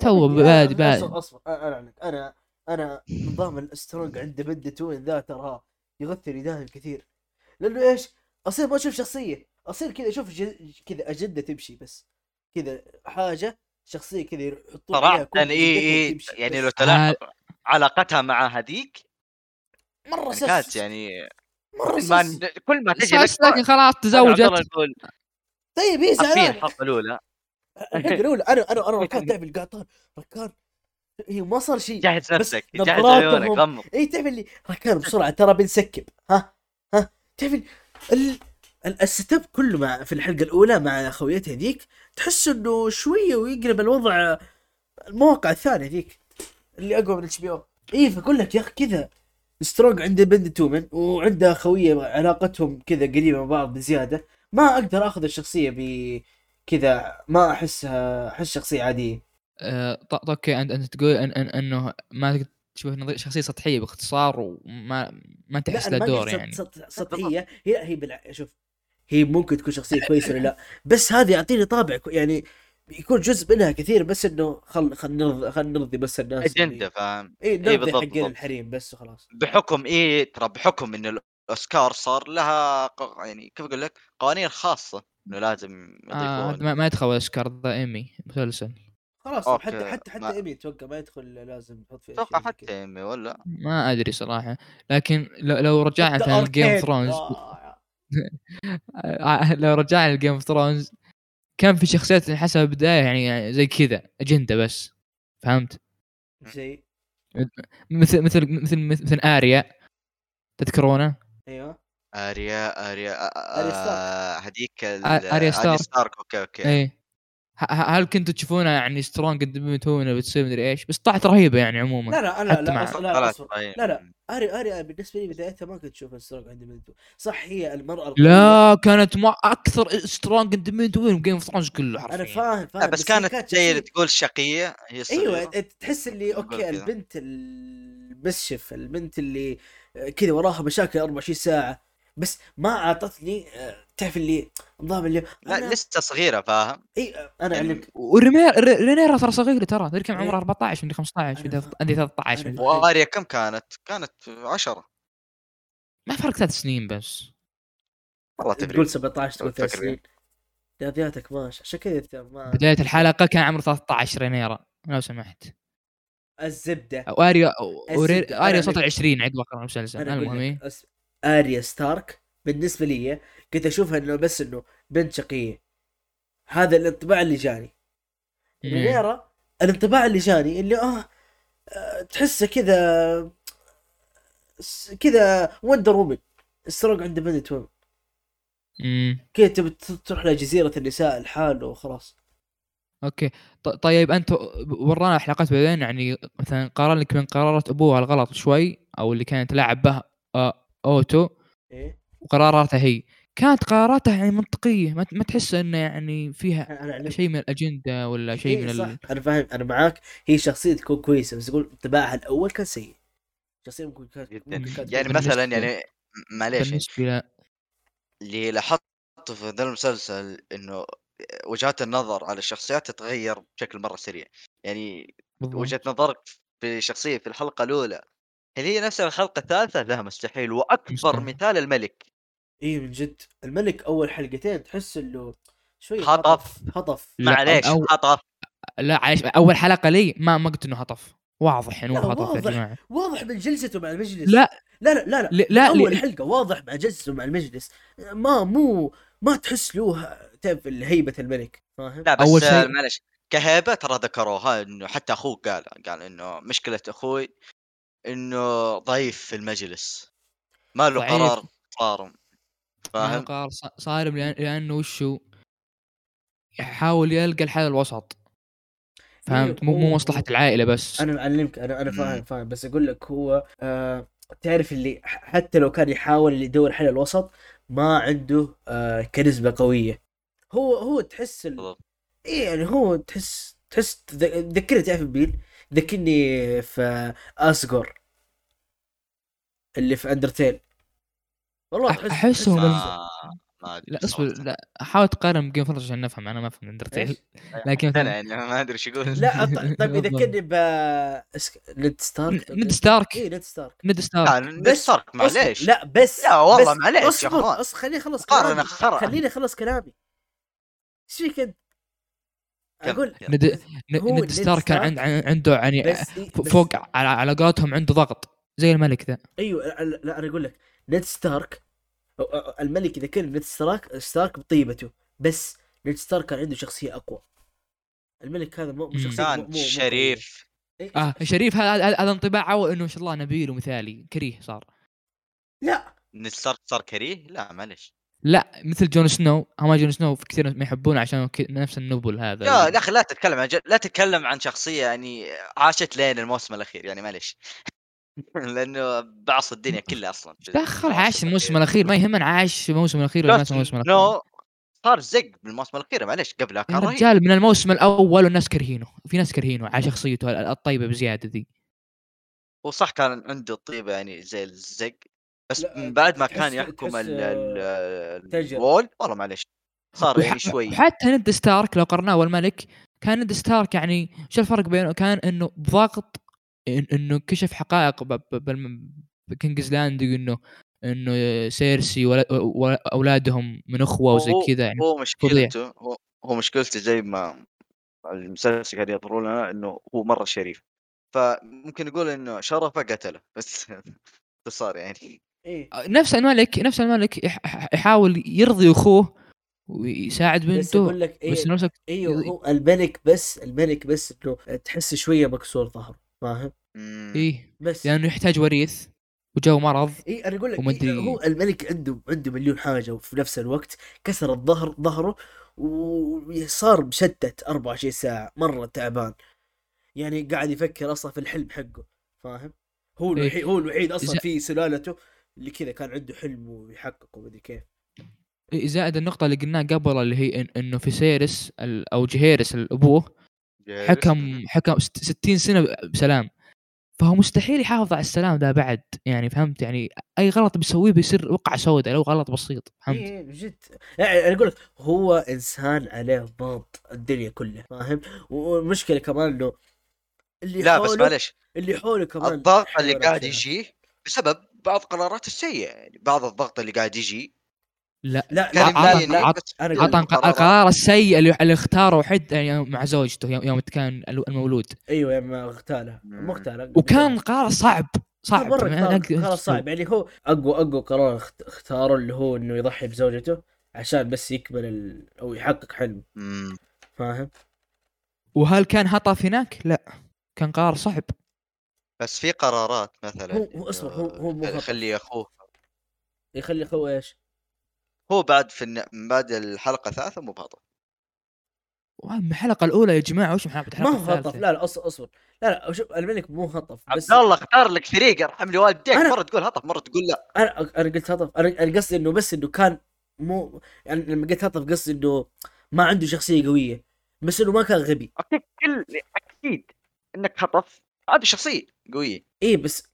D: تو
B: أنا-
D: بادي
B: أنا-
D: بادي
B: اصبر اصبر انا أنا أعلنك. انا انا نظام الاسترونج عند بدا توين ذا ترى يغثر يداهم كثير لانه ايش؟ اصير ما اشوف شخصيه اصير كذا اشوف ج- كذا اجنده تمشي بس كذا حاجه شخصيه كذا يحطون
C: صراحه
B: كل
C: اي اي
B: أجندتهم تمشي
C: يعني
B: بس.
C: لو تلاحظ علاقتها مع هذيك
B: مره سس
C: كانت يعني
B: مره
C: كل ما
B: سس
C: كل ما تجي
D: بس لكن خلاص تزوجت
C: تقول
B: طيب هي
C: حاطين
B: زعلانه
C: الحلقه الاولى
B: الحلقه الاولى انا انا انا ركان تعرف اللي قاعد طالع ركان هي ما صار شيء
C: جهز نفسك جهز
B: نظراتهم-
C: عيونك غمض
B: اي إيه، تعرف اللي ركان بسرعه ترى بنسكب ها ها تعرف ال- ال... ال... الست اب كله مع في الحلقه الاولى مع خويتها ذيك تحس انه شويه ويقلب الوضع المواقع الثانيه ذيك اللي اقوى من اتش بي او اي فاقول لك يا اخي كذا سترونج عنده بنت تومن وعنده خويه علاقتهم كذا قريبه من بعض بزياده ما اقدر اخذ الشخصيه ب كذا ما احسها احس شخصيه عاديه
D: آه، ط- ط- اوكي انت انت تقول أن أن انه ما تقدر تشوف نظرية- شخصيه سطحيه باختصار وما ما تحس
B: أنا
D: لها
B: ما
D: دور
B: قلت
D: يعني
B: سط- سط- سطحيه هي لا هي بالع... شوف هي ممكن تكون شخصيه كويسه ولا لا بس هذا يعطيني طابع كو- يعني يكون جزء منها كثير بس انه خل خل نرضي خل نرضي بس الناس
C: اجنده فاهم
B: اي نرضي
C: إيه، بالضبط،
B: حقين
C: بالضبط.
B: الحريم بس وخلاص
C: بحكم ايه ترى بحكم ان الاوسكار صار لها ق- يعني كيف اقول لك قوانين خاصه انه لازم
D: آه
C: يضيفون
D: ما, ما يدخل اوسكار ذا ايمي مسلسل
B: خلاص
C: أوكي،
B: حتى حتى حتى
C: ما-
B: ايمي اتوقع ما يدخل لازم يحط فيه
C: اتوقع
B: أشياء زي كذا.
C: حتى امي ولا
D: ما ادري صراحه لكن لو, لو رجعنا
B: حتى
D: عن جيم
B: أركين.
D: ثرونز
B: آه.
D: آه، لو رجعنا لجيم اوف ثرونز كان في شخصيات انحسب البدايه يعني زي كذا اجنده بس فهمت
B: زي
D: مثل مثل مثل مثل, مثل اريا تذكرونه
B: ايوه
C: اريا اريا آه،
B: آريا ستارك.
C: آه، هذيك ال-
D: آريا ستارك. إيه.
C: ستارك اوكي اوكي
D: اي ه- ه- هل كنتوا تشوفونها يعني سترونج تونا بتصير مدري ايش بس طلعت رهيبه يعني عموما
B: لا لا انا
D: حتى
B: لا
D: مع-
B: أص- لا
C: خلاص،
B: أصبر.
C: طيب.
B: لا لا اري اري بالنسبه لي بدايتها ما كنت اشوف السرق عندي من الدو- صح هي المراه القوية.
D: لا كانت ما اكثر سترونج اندمنت وين جيم اوف ثرونز كله حرفيا
B: انا فاهم
C: لا،
B: فاهم
C: بس
B: هي
C: كانت زي اللي
B: شخصية-
C: تقول شقيه هي
B: ايوه
C: الصغيرة.
B: أنت تحس اللي
C: نقول
B: اوكي
C: كذا.
B: البنت المسشف البنت اللي آه، كذا وراها مشاكل 24 ساعه بس ما اعطتني آه، تعرف اللي نظام اللي آه،
C: لا
B: انا
C: لسه صغيره فاهم
B: اي انا
C: يعني
B: اعلمك
D: وريمير ر- رينيرا ترى صغيره ترى تدري كم
B: إيه.
D: عمرها 14 مدري 15 مدري
B: أنا فا-
D: 13
B: أنا
D: مدري.
C: واريا كم كانت؟ كانت عشرة
D: ما فرق ثلاث سنين بس
C: والله
B: تقول
C: تفرق
B: 17 تقول
C: فكر
B: 30 لا ذاتك ماشي عشان كذا أنت ما
D: بدايه الحلقه كان عمره 13 رينيرا لو سمحت
B: الزبده
D: او اريا
B: الزبدة، أنا
D: اريا وصلت
B: أقول-
D: 20 عقب اخر المسلسل
B: انا
D: المهم
B: اقول
D: إيه.
B: لك أس- اريا ستارك بالنسبه لي كنت اشوفها انه بس انه بنت شقيه هذا الانطباع اللي جاني إيه.
D: مم.
B: رينيرا الانطباع اللي جاني اللي اه آه، تحسه كذا س- كذا وندر وومن السرق عند بنت وومن
D: مم.
B: كذا تبي ت- تروح لجزيره النساء لحاله وخلاص
D: اوكي ط- طيب انت ورانا حلقات بعدين يعني مثلا قرار لك من قرارات ابوها الغلط شوي او اللي كانت تلعب به آه، اوتو
B: ايه
D: وقراراتها هي كانت قراراتها يعني منطقيه ما ت- ما تحس انه يعني فيها
B: انا أعلم.
D: شيء من الاجنده ولا شيء
B: إيه
D: من
B: صح
D: ال...
B: انا فاهم انا معاك هي شخصيه تكون كويسه بس اقول انطباعها الاول كان سيء شخصيه ممكن كانت
C: جداً.
B: ممكن كانت-
C: يعني
D: بالنسبة-
C: مثلا يعني م- معليش
D: بالنسبه ل...
C: اللي لاحظته في ذا المسلسل انه وجهات النظر على الشخصيات تتغير بشكل مره سريع يعني وجهه نظرك في شخصيه في الحلقه الاولى هل هي نفسها في الحلقه الثالثه لا مستحيل واكبر
D: مستحيل.
C: مثال الملك
B: ايه من جد الملك اول حلقتين تحس انه شوي
C: خطف.
B: خطف
D: لا،
C: معليش
D: أو-
C: خطف
D: لا عايش اول حلقه لي ما ما قلت انه هطف واضح انه
B: لا،
D: هطف يا
B: واضح.
D: جماعه
B: واضح من جلسته مع المجلس
D: لا
B: لا لا لا, لا.
D: ل- لا
B: اول
D: ل-
B: حلقه واضح مع جلسته مع المجلس ما مو ما تحس له تعرف هيبه الملك فاهم
C: لا بس
D: أول
C: أول
D: شيء-
C: معليش كهيبه ترى ذكروها انه حتى اخوه قال قال انه مشكله اخوي انه ضعيف في المجلس ما له
D: ضعيف. آه.
C: قرار صارم
D: ما هو
C: فاهم؟
D: قرار ص- صارم لأن- لانه وشو يحاول يلقى الحل الوسط فهمت مو مو
B: هو-
D: مصلحه العائله بس
B: انا معلمك انا انا فاهم
C: مم.
B: فاهم بس اقول لك هو آه تعرف اللي ح- حتى لو كان يحاول اللي يدور حل الوسط ما عنده آه كاريزما قويه هو هو تحس ال...
C: بالضبط.
B: إيه يعني هو تحس تحس تذ- تذكرني تعرف بمين؟ تذكرني في اسجور اللي في اندرتيل والله
D: أح-
B: تحس
D: أحسهم
B: تحس-
D: ال-
C: ما ما أدري
D: لا اصبر
C: صراحة.
D: لا احاول تقارن جيم فرصة عشان نفهم انا ما افهم اندرتيل
B: إيش؟
D: لكن
C: انا يعني ما ادري ايش يقول
B: لا أط- طيب
D: بالضبط.
B: يذكرني ب إسك- نيد ستارك
D: نيد ستارك.
B: اي نيد ستارك
D: نيد ستارك
C: لا
B: بس-
C: بس صارك معليش
B: لا بس
C: لا والله
B: بس
C: معليش يا
B: اصبر
C: أخوان.
B: اصبر خليني اخلص
C: قارن
B: كلامي
C: خرا
B: خليني اخلص كلامي ايش فيك انت؟
C: كمل،
B: اقول
C: كمل.
D: نيد
B: هو
D: نيد
B: نيد
D: ستارك كان
B: ستارك
D: عند عن- عنده يعني
B: بس إيه،
D: ف-
B: بس-
D: فوق على على قولتهم عنده ضغط زي الملك ذا
B: ايوه لا- لا انا اقول لك نيد ستارك أو- أو- الملك اذا كان نيد ستارك ستارك بطيبته بس نيد ستارك كان عنده شخصيه اقوى الملك هذا مو مو
D: مم.
B: شخصيه مو- مو-
C: كان
B: مو قوي.
C: شريف
B: إيه،
D: اه شريف هذا هذا- هذا انطباعه انه ما شاء الله نبيل ومثالي كريه صار
B: لا
C: نستارك صار كريه لا معليش
D: لا مثل جون سنو هما جون سنو في كثير ما يحبونه عشان ك- نفس النبل هذا
C: لا يا اخي لا تتكلم عن جد- لا تتكلم عن شخصيه يعني عاشت لين الموسم الاخير يعني معليش لانه بعص الدنيا كلها اصلا
D: إيش دخل عاش الموسم الاخير ما يهمنا عاش الموسم الاخير ولا ناس الموسم الاخير
C: نو صار زق بالموسم الاخير معليش قبلها
D: يا
C: كان رهيب
D: رجال من الموسم الاول والناس كرهينه في ناس كرهينه على شخصيته ال- الطيبه بزياده ذي
C: وصح كان عنده طيبه يعني زي الزق بس
B: لا،
C: من بعد ما كان
B: تحس-
C: يحكم
B: تحس،
C: ال- ال-
B: تجر.
C: الوول والله معليش صار
D: وح-
C: يعني شوي
D: وحتى ند ستارك لو قرناه والملك كان ند ستارك يعني شو الفرق بينه كان انه ضاغط إن- انه كشف حقائق ب- ب- بالم- بكينجز لاند انه انه سيرسي ولا- ولا- اولادهم من اخوه وزي
C: هو-
D: كذا يعني
C: هو مشكلته هو, هو مشكلته زي ما المسلسل قاعد يظهروا لنا انه هو مره شريف فممكن نقول انه شرفه قتله بس باختصار
D: إيه،
C: يعني
B: ايه
D: نفس الملك نفس الملك يح- يح- يحاول يرضي اخوه ويساعد
B: بس
D: بنته
B: اقول لك
D: بس
B: ايه
D: نفسك
B: ايوه
D: يض-
B: هو الملك بس الملك بس انه تحس شويه مكسور ظهره فاهم
C: مم.
D: ايه
B: بس
D: لانه يحتاج وريث وجو مرض
B: اي انا اقول لك
D: وما
B: إيه
D: أدري-
B: هو الملك عنده عنده مليون حاجه وفي نفس الوقت كسر الظهر ظهره وصار مشتت 24 ساعه مره تعبان يعني قاعد يفكر اصلا في الحلم حقه فاهم هو
D: إيه.
B: الوحيد هو الوحيد اصلا
D: إذا-
B: في سلالته اللي كذا كان عنده حلم ويحققه مدري كيف
D: إيه، زائد النقطة اللي قلناها قبل اللي هي إن انه في سيرس ال- او جهيرس ال- ابوه
C: جالس.
D: حكم حكم ست- 60 سنة ب- بسلام فهو مستحيل يحافظ على السلام ذا بعد يعني فهمت يعني اي غلط بيسويه بيصير وقعة سوداء لو غلط بسيط فهمت
B: اي جد يعني انا اقول لك هو انسان عليه ضغط الدنيا كلها فاهم والمشكله كمان انه اللي
C: لا بس
B: حوله
C: معليش
B: اللي حوله كمان
C: الضغط اللي
B: حيوانات
C: قاعد
B: فيها.
C: يعني، يجيه بسبب بعض قراراته السيئه يعني بعض الضغط اللي قاعد يجي
B: لا
C: كان
B: لا
D: عط-
C: يبدأ لي
D: عط-
C: إنه كنت-
B: انا
D: عطى
B: قلت
C: قرارات.
D: الق- القرار السيء اللي اللي اختاره حد يعني مع زوجته يوم يوم كان الو- المولود
B: ايوه لما اغتاله مو اغتاله
D: وكان قرار صعب
B: صعب
D: صعب
B: مره
D: يعني أنا أقدر-
B: قرار- قرار صعب يعني هو اقوى اقوى قرار اخت- اختاره اللي هو انه يضحي بزوجته عشان بس يكمل ال... او يحقق حلمه
C: مم.
B: فاهم؟
D: وهل كان هطف هناك؟ لا كان قرار صعب
C: بس في قرارات آه، مثلا
B: هو- هو اصبر، هو- هو مو
C: إنه
B: خطأ.
C: يخلي اخوه
B: يخلي اخوه ايش؟
C: هو بعد في الن- بعد الحلقه ثلاثه مو بهطل
D: وهم الحلقه الاولى يا جماعه وش محل-
B: ما
D: الحلقه
B: هو هطف
D: الثالثه
B: لا لا أص- اصبر لا لا شوف الملك مو هطف
C: عبد
B: بس
C: الله اختار لك فريق ارحم لي والديك
B: أنا-
C: مره تقول هطف مره تقول لا
B: انا انا قلت هطف انا انا قصدي انه بس انه كان مو يعني لما قلت هطف قصدي انه ما عنده شخصيه قويه بس انه ما كان غبي
C: اكيد كل اكيد انك هطف هذه شخصيه قويه
B: ايه بس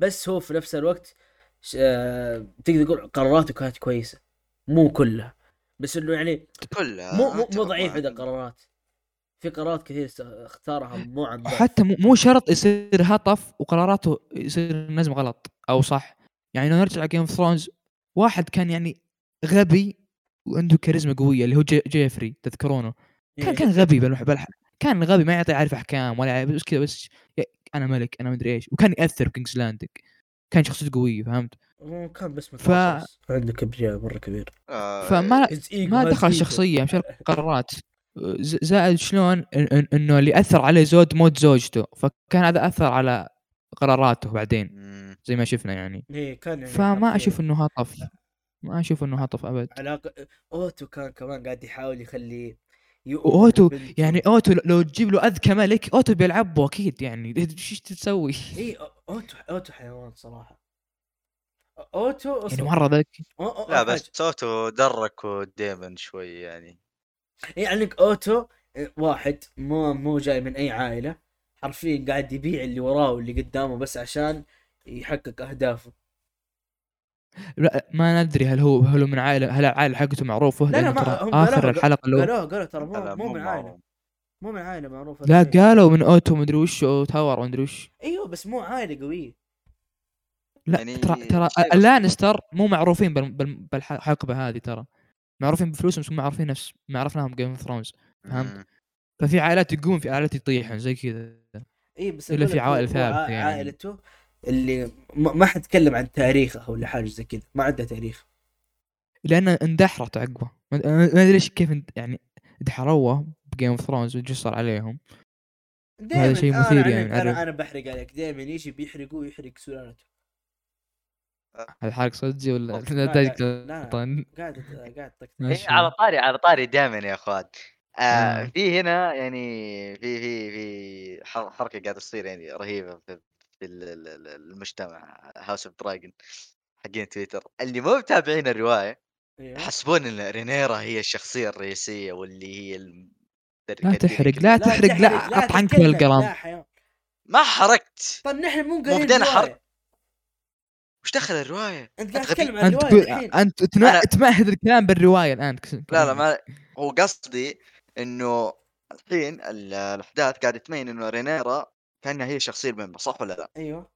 B: بس هو في نفس الوقت ش- آه، تقدر تقول قراراته كانت كويسه مو كلها بس انه يعني
C: كلها
B: مو مو مو
C: ترى
B: ضعيف
C: آه، ما-
B: عند القرارات في قرارات كثير است- اختارها مو عن ضعف.
D: حتى مو- مو شرط يصير هطف وقراراته يصير لازم غلط او صح يعني لو نرجع جيم اوف ثرونز واحد كان يعني غبي وعنده كاريزما قويه اللي هو جي جيفري تذكرونه كان
B: إيه.
D: كان غبي بالح بالح كان غبي ما يعطي عارف احكام ولا يعرف- بس كذا بس ي- انا ملك انا مدري ايش وكان ياثر بكينجز لاندنج كان شخصيته قويه فهمت
B: مو كان بس
D: ف-
B: متخصص. عنده كبرياء مره كبير
C: آه،
D: فما
B: His ego
D: ما
B: has
D: دخل
B: ego.
D: الشخصيه مشان القرارات ز- زائد شلون إن- إن- انه اللي اثر عليه زود موت زوجته فكان هذا اثر على قراراته بعدين
C: مم.
D: زي ما شفنا يعني
B: ايه كان يعني
D: فما
B: حرفياً
D: اشوف انه هطف ما اشوف انه هطف ابد
B: علاقه اوتو كان كمان قاعد يحاول يخليه يؤمن
D: واوتو
B: بالبنت.
D: يعني اوتو لو تجيب له اذكى ملك اوتو بيلعبه اكيد يعني ايش تسوي؟ يعني
B: اي اوتو اوتو إيه، حيوان صراحه اوتو
D: يعني مره ذكي
B: أو- أو-
C: لا
B: أو
C: بس صوته درك وديمن شوي يعني
B: حاجة. يعني إنك اوتو واحد مو مو جاي من اي عائله حرفيا قاعد يبيع اللي وراه واللي قدامه بس عشان يحقق اهدافه
D: لا ما ندري هل هو هل هو من عائله هل العائله حقته معروفه
B: لا لا
D: لأنه
B: ما
D: ترى
B: هم
D: اخر
B: قالوها-
D: الحلقه اللي هو
B: قالوه قالوه ترى مو
C: لا،
B: مو من عائله
C: معروف.
B: مو من عائله معروفه
D: لا
B: شيء.
D: قالوا من اوتو مدري وش تاور مدري وش
B: ايوه بس مو عائله قويه
D: لا
C: يعني
D: ترى ترى
C: شيء بسيط.
D: اللانستر مو معروفين بال- بال- بالحقبه هذه ترى معروفين بفلوسهم بس مو معروفين نفس ما عرفناهم جيم اوف ثرونز فهمت.
C: مم.
D: ففي عائلات يقوم في عائلات يطيحن زي كذا
B: اي إيه، بس
D: إلا
B: أقول
D: في
B: لك هو-
D: عوائل
B: هو
D: ثابتة
B: عا-
D: يعني.
B: عائلته اللي ما ما حد تكلم عن تاريخه ولا حاجه زي كذا ما عنده تاريخ
D: لان اندحرت عقبه ما أنا- ما ادري ليش كيف اند- يعني دحروه بجيم اوف ثرونز وجسر عليهم
B: دايما
D: شيء
B: أنا
D: مثير
B: عليك-
D: يعني، عارف.
B: انا انا بحرق عليك دائما يجي بيحرقه ويحرق سلالته
D: هذا حرق صدقي ولا
B: أوف،
D: لا
B: لا،
D: تدري
B: لا، لا.
D: طن-
B: قاعد قاعد طقطق
D: ماشي.
C: إيه، على طاري على طاري دائما يا اخوان آه
D: آه.
C: في هنا يعني في في في حر- حركه قاعده تصير يعني رهيبه في في ال- ال- ال- المجتمع هاوس اوف دراجون حقين تويتر اللي مو متابعين الروايه
B: أيوه.
C: يحسبون ان رينيرا هي الشخصيه الرئيسيه واللي هي الم-
D: لا
C: مدري-
D: تحرق،
C: كذا.
D: لا تحرق، لا أقطع عنك
B: تتكلم،
D: بالقلم.
B: لا حيوان
C: ما حرقت
B: طب نحن مو قاعدين
C: بدينا حرب.
B: الرواية.
C: وش دخل الروايه؟
B: انت قاعد
C: أنت
B: تتكلم عن
D: انت
B: الروايه
D: تقول
B: الحين
D: انت
C: أنا-
D: تنا- تمهد الكلام بالروايه الان
C: لا
D: طيب.
C: لا ما هو قصدي انه الحين ال- الاحداث قاعده تبين انه رينيرا كانها هي الشخصيه المهمه صح ولا لا؟
B: ايوه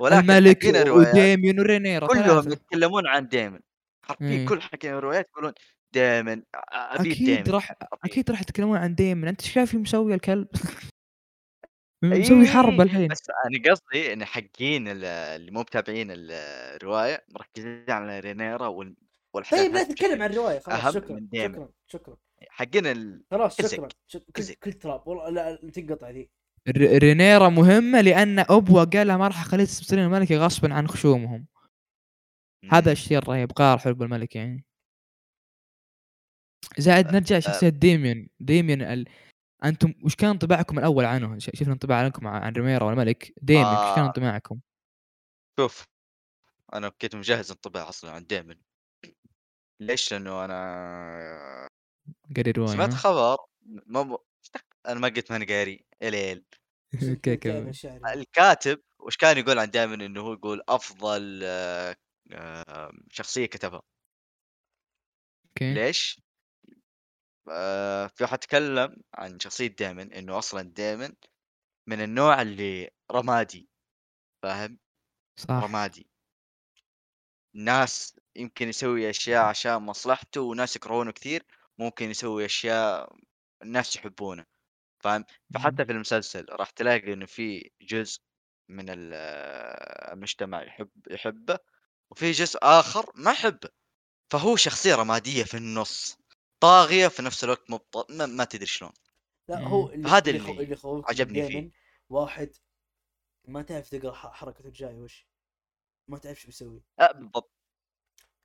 C: ولكن
D: الملك
C: حقين
D: و-
C: الروايات
D: وديميون ورينيرا
C: كلهم
D: ثلاثة.
C: يتكلمون عن دايمن حرفيا
D: إيه.
C: كل حكي الروايات يقولون دايمن ابي
D: اكيد
C: دايمن
D: راح اكيد راح يتكلمون عن ديمن انت ايش شايف مسوي الكلب مسوي حرب الحين
C: إيه، بس انا قصدي ان حقين ال- اللي مو متابعين ال- الروايه مركزين على رينيرا وال- والحدث
B: طيب لا
C: هذا
B: تتكلم
C: بشكل-
B: عن الروايه خلاص
C: أهم
B: شكرا
C: من دايما.
B: شكرا شكرا
C: يعني حقين ال...
B: خلاص
C: كزك.
B: شكرا شك- كل
C: كزك.
B: كل تراب والله لا لا، تنقطع ذي
D: ر- رينيرا مهمه لان ابوه قال لها ما راح اخليك تصيرين الملكه غصبا عن خشومهم هذا الشيء الرهيب قهر حلب الملك يعني زائد نرجع لشخصية ديميون ديميون ال... انتم وش كان انطباعكم الاول عنه؟ ش- شفنا انطباع عنكم ع- عن ريميرا والملك ديميون وش كان
C: آه.
D: انطباعكم؟
C: شوف انا كنت مجهز انطباع اصلا عن دايمن ليش؟ لانه انا
D: قري الرواية
C: سمعت
D: ها؟
C: خبر ما ب... انا ما قلت ماني قاري الين
D: اوكي كمل.
B: شعري
C: الكاتب وش كان يقول عن دايمن انه هو يقول افضل آه، آه، شخصيه كتبها
D: اوكي
C: ليش؟ آه، في واحد تكلم عن شخصيه دايمن انه اصلا دايمن من النوع اللي رمادي فاهم؟
D: صح
C: رمادي ناس يمكن يسوي اشياء عشان مصلحته وناس يكرهونه كثير ممكن يسوي اشياء الناس يحبونه فاهم فحتى في المسلسل راح تلاقي انه في جزء من ال- آه، المجتمع يحب يحبه وفي جزء اخر ما يحبه فهو شخصيه رماديه في النص طاغيه في نفس الوقت مو بط- ما, ما تدري شلون
B: لا
D: مم.
B: هو اللي
C: هذا
B: اللي خو-
C: اللي
B: اللي خوفني
C: عجبني فيه.
B: دايماً واحد ما تعرف تقرا ح- حركته الجايه وش ما تعرف شو بيسوي
C: آه، بالضبط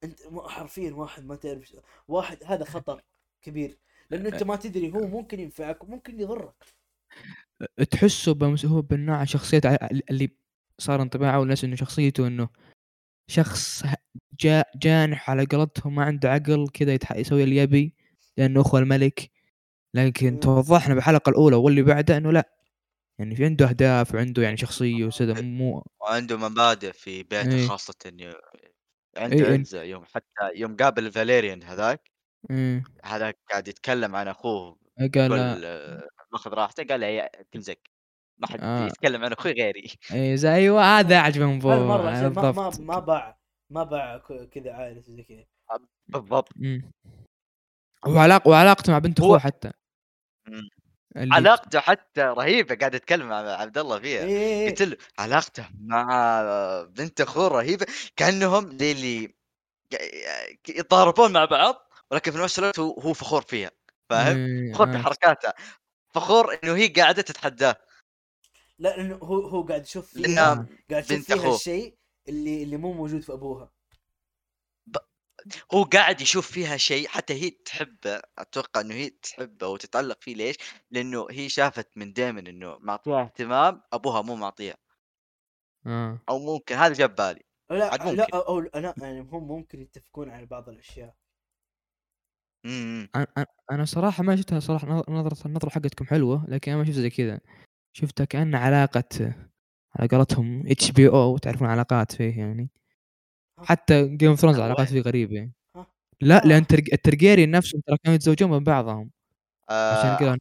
B: انت م- حرفيا واحد ما تعرف شو- واحد هذا خطر كبير لانه انت ما تدري هو ممكن ينفعك وممكن يضرك
D: تحسه بمس... هو بناء عن شخصية ع- اللي صار انطباعه والناس انه شخصيته انه شخص ه- جا... جانح على قولتهم ما عنده عقل كذا يتح... يسوي اللي يبي لانه اخوه الملك لكن
B: مم.
D: توضحنا بالحلقة الاولى واللي بعدها انه لا يعني في عنده اهداف وعنده يعني شخصية وكذا مو
C: وعنده مبادئ في بيته
D: إيه.
C: خاصه انه
D: إيه،
C: عنده
D: إيه.
C: عزه يوم حتى يوم قابل فاليريان هذاك
D: إيه.
C: هذاك قاعد يتكلم عن اخوه
D: قال
C: قال آه، ماخذ راحته قال له يا تمزك ما حد
D: آه.
C: يتكلم عن اخوي غيري
D: إيه، زي ايوه هذا عجبه من
B: هذا مره عشان ما ما,
D: بالضبط.
B: ما باع ما باع ك- كذا عائلته زي كذا
C: بالضبط
D: مم. وعلاق وعلاقته مع بنت
C: هو-
D: اخوه حتى
C: مم.
D: اللي-
C: علاقته حتى رهيبه قاعد اتكلم مع عبد الله فيها
B: إيه إيه إيه.
C: قلت له علاقته مع بنت اخوه رهيبه كانهم للي يتضاربون مع بعض ولكن في نفس الوقت هو هو فخور فيها فاهم؟
D: إيه،
C: فخور
D: عرفت.
C: بحركاتها فخور انه هي قاعده تتحداه
B: لا لانه هو هو قاعد يشوف فيها
D: إيه.
C: لانها
B: قاعد يشوف
C: بنت
B: فيها
C: أخوه.
B: الشيء اللي اللي مو موجود في ابوها
C: هو قاعد يشوف فيها شيء حتى هي تحبه اتوقع انه هي تحبه وتتعلق فيه ليش؟ لانه هي شافت من دائما انه معطيها اهتمام ابوها مو معطيها
D: آه.
C: او ممكن هذا جاب بالي عاد
B: لا
C: ممكن.
B: لا او لا يعني هم ممكن يتفقون على بعض الاشياء
C: امم
D: أنا- أنا- انا صراحه ما شفتها صراحه نظ- نظره النظره حقتكم حلوه لكن انا ما شفت زي كذا شفتها كان علاقه على قولتهم اتش بي او تعرفون علاقات فيه يعني حتى جيم اوف ثرونز علاقات فيه غريبه
B: ها؟
D: لا
B: آه.
D: لان الترج- الترجيريان نفسهم ترى كانوا يتزوجون من بعضهم عشان
C: آه
D: كذا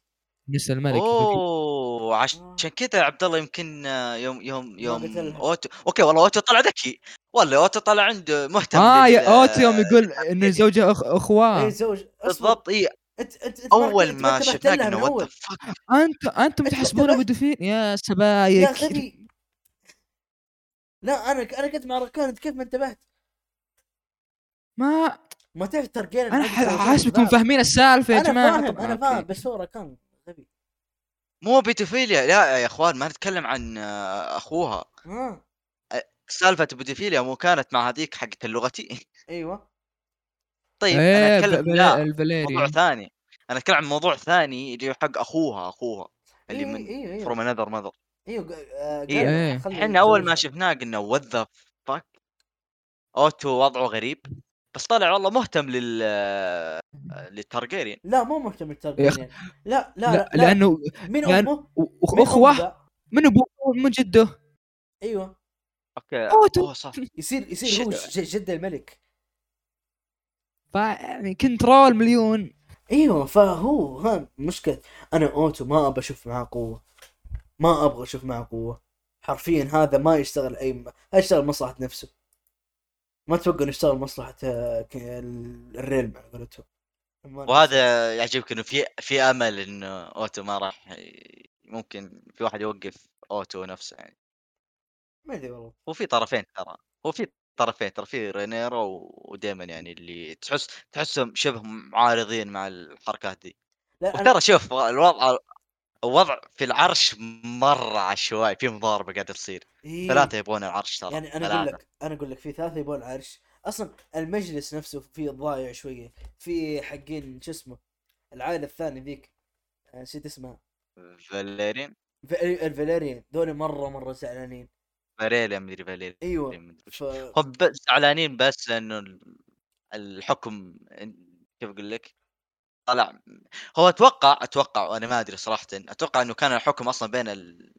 D: نسى الملك فكي-
C: اوه عشان كذا عبد الله يمكن آه، يوم يوم يوم
B: قتلها.
C: اوتو اوكي والله اوتو طلع ذكي والله اوتو طلع عنده مهتم
D: اه
C: بال-
D: يا اوت يوم يقول انه
C: الترجيريان.
D: زوجها أخ...
B: اي
D: اخواه
B: إيه، زوج أصبر.
C: بالضبط اي
B: انت انت أنت
C: اول
B: أنت
C: ما
B: انتبهت
C: شفناه
B: لها
C: قلنا
B: من
C: وات
B: اول
C: فاك
D: انت انتم
B: أنت
D: تحسبونه
B: انتبهت؟
D: مدفين يا
B: يا
D: سبايك
B: غبي لا انا انا كنت مع ركان انت كيف ما انتبهت؟
D: ما
B: ما تعرف ترجينا
D: انا ح- حاسبكم فاهمين السالفه يا
B: انا
D: جماعه
B: فاهم
D: طبعاً،
B: انا
D: أوكي.
B: فاهم بس هو ركان غبي
C: مو بيدوفيليا لا يا اخوان ما نتكلم عن آه، اخوها
B: ها
C: سالفه بيدوفيليا مو كانت مع هذيك حقت اللغتي
B: ايوه
C: طيب انا
D: ايه ب-
C: اتكلم
D: بلا-
C: لا موضوع
D: الفاليريان
C: ثاني انا اتكلم عن موضوع ثاني اللي هو حق اخوها اخوها اللي
B: إيه،
C: من
B: إيه، إيه.
C: فروم انذر ماذر
B: ايوه ق- آه،
C: إيه.
B: قال-
D: إيه.
B: خلي
C: احنا اول ما
B: يتزوجها.
C: شفناه قلنا وات ذا فاك اوتو وضعه غريب بس طلع والله مهتم لل للتارجيريان
B: لا مو مهتم الترجينا لا لا
D: لا
B: لا, لا.
D: لانه
B: من
D: لأن-
B: امه؟
D: و- وخ-
B: من
D: اخوه
B: أمه؟
D: من ابوه من جده
B: ايوه
C: اوكي
D: أوتو.
C: اوه صح
B: يصير يصير هو ج- جد الملك
D: فيعني كنترول مليون
B: ايوه فهو ها مشكله انا اوتو ما ابى اشوف معاه قوه ما ابغى اشوف معاه قوه حرفيا هذا ما يشتغل اي م... يشتغل مصلحه نفسه ما اتوقع انه يشتغل مصلحه آه، ك- ال- الريل على قولتهم
C: وهذا يعجبك انه في في امل انه اوتو ما راح ي- ممكن في واحد يوقف اوتو نفسه يعني
B: ما ادري والله
C: هو في طرفين ترى هو في طرفين ترى في رينيرا و- ودايما يعني اللي تحس تحسهم شبه معارضين مع الحركات دي
B: لا انا
C: وترى شوف الوضع الوضع في العرش مره عشوائي في مضاربه قاعده تصير
B: إيه.
C: ثلاثه يبغون العرش ترى
B: يعني انا اقول
C: ثلاثه
B: لك انا اقول لك في ثلاثه يبون العرش اصلا المجلس نفسه فيه ضايع شويه في حقين شو اسمه العائله الثانيه ذيك آه، نسيت اسمها
C: فاليرين
B: ف- الفاليريان ذول مره مره زعلانين
C: فاليريا مدري فاليريا
B: ايوه
C: مدري وش
B: ف...
C: هم بس زعلانين بس لانه ال- الحكم إن- كيف اقول لك؟ طلع هو اتوقع اتوقع وانا ما ادري صراحه اتوقع انه كان الحكم اصلا بين ال-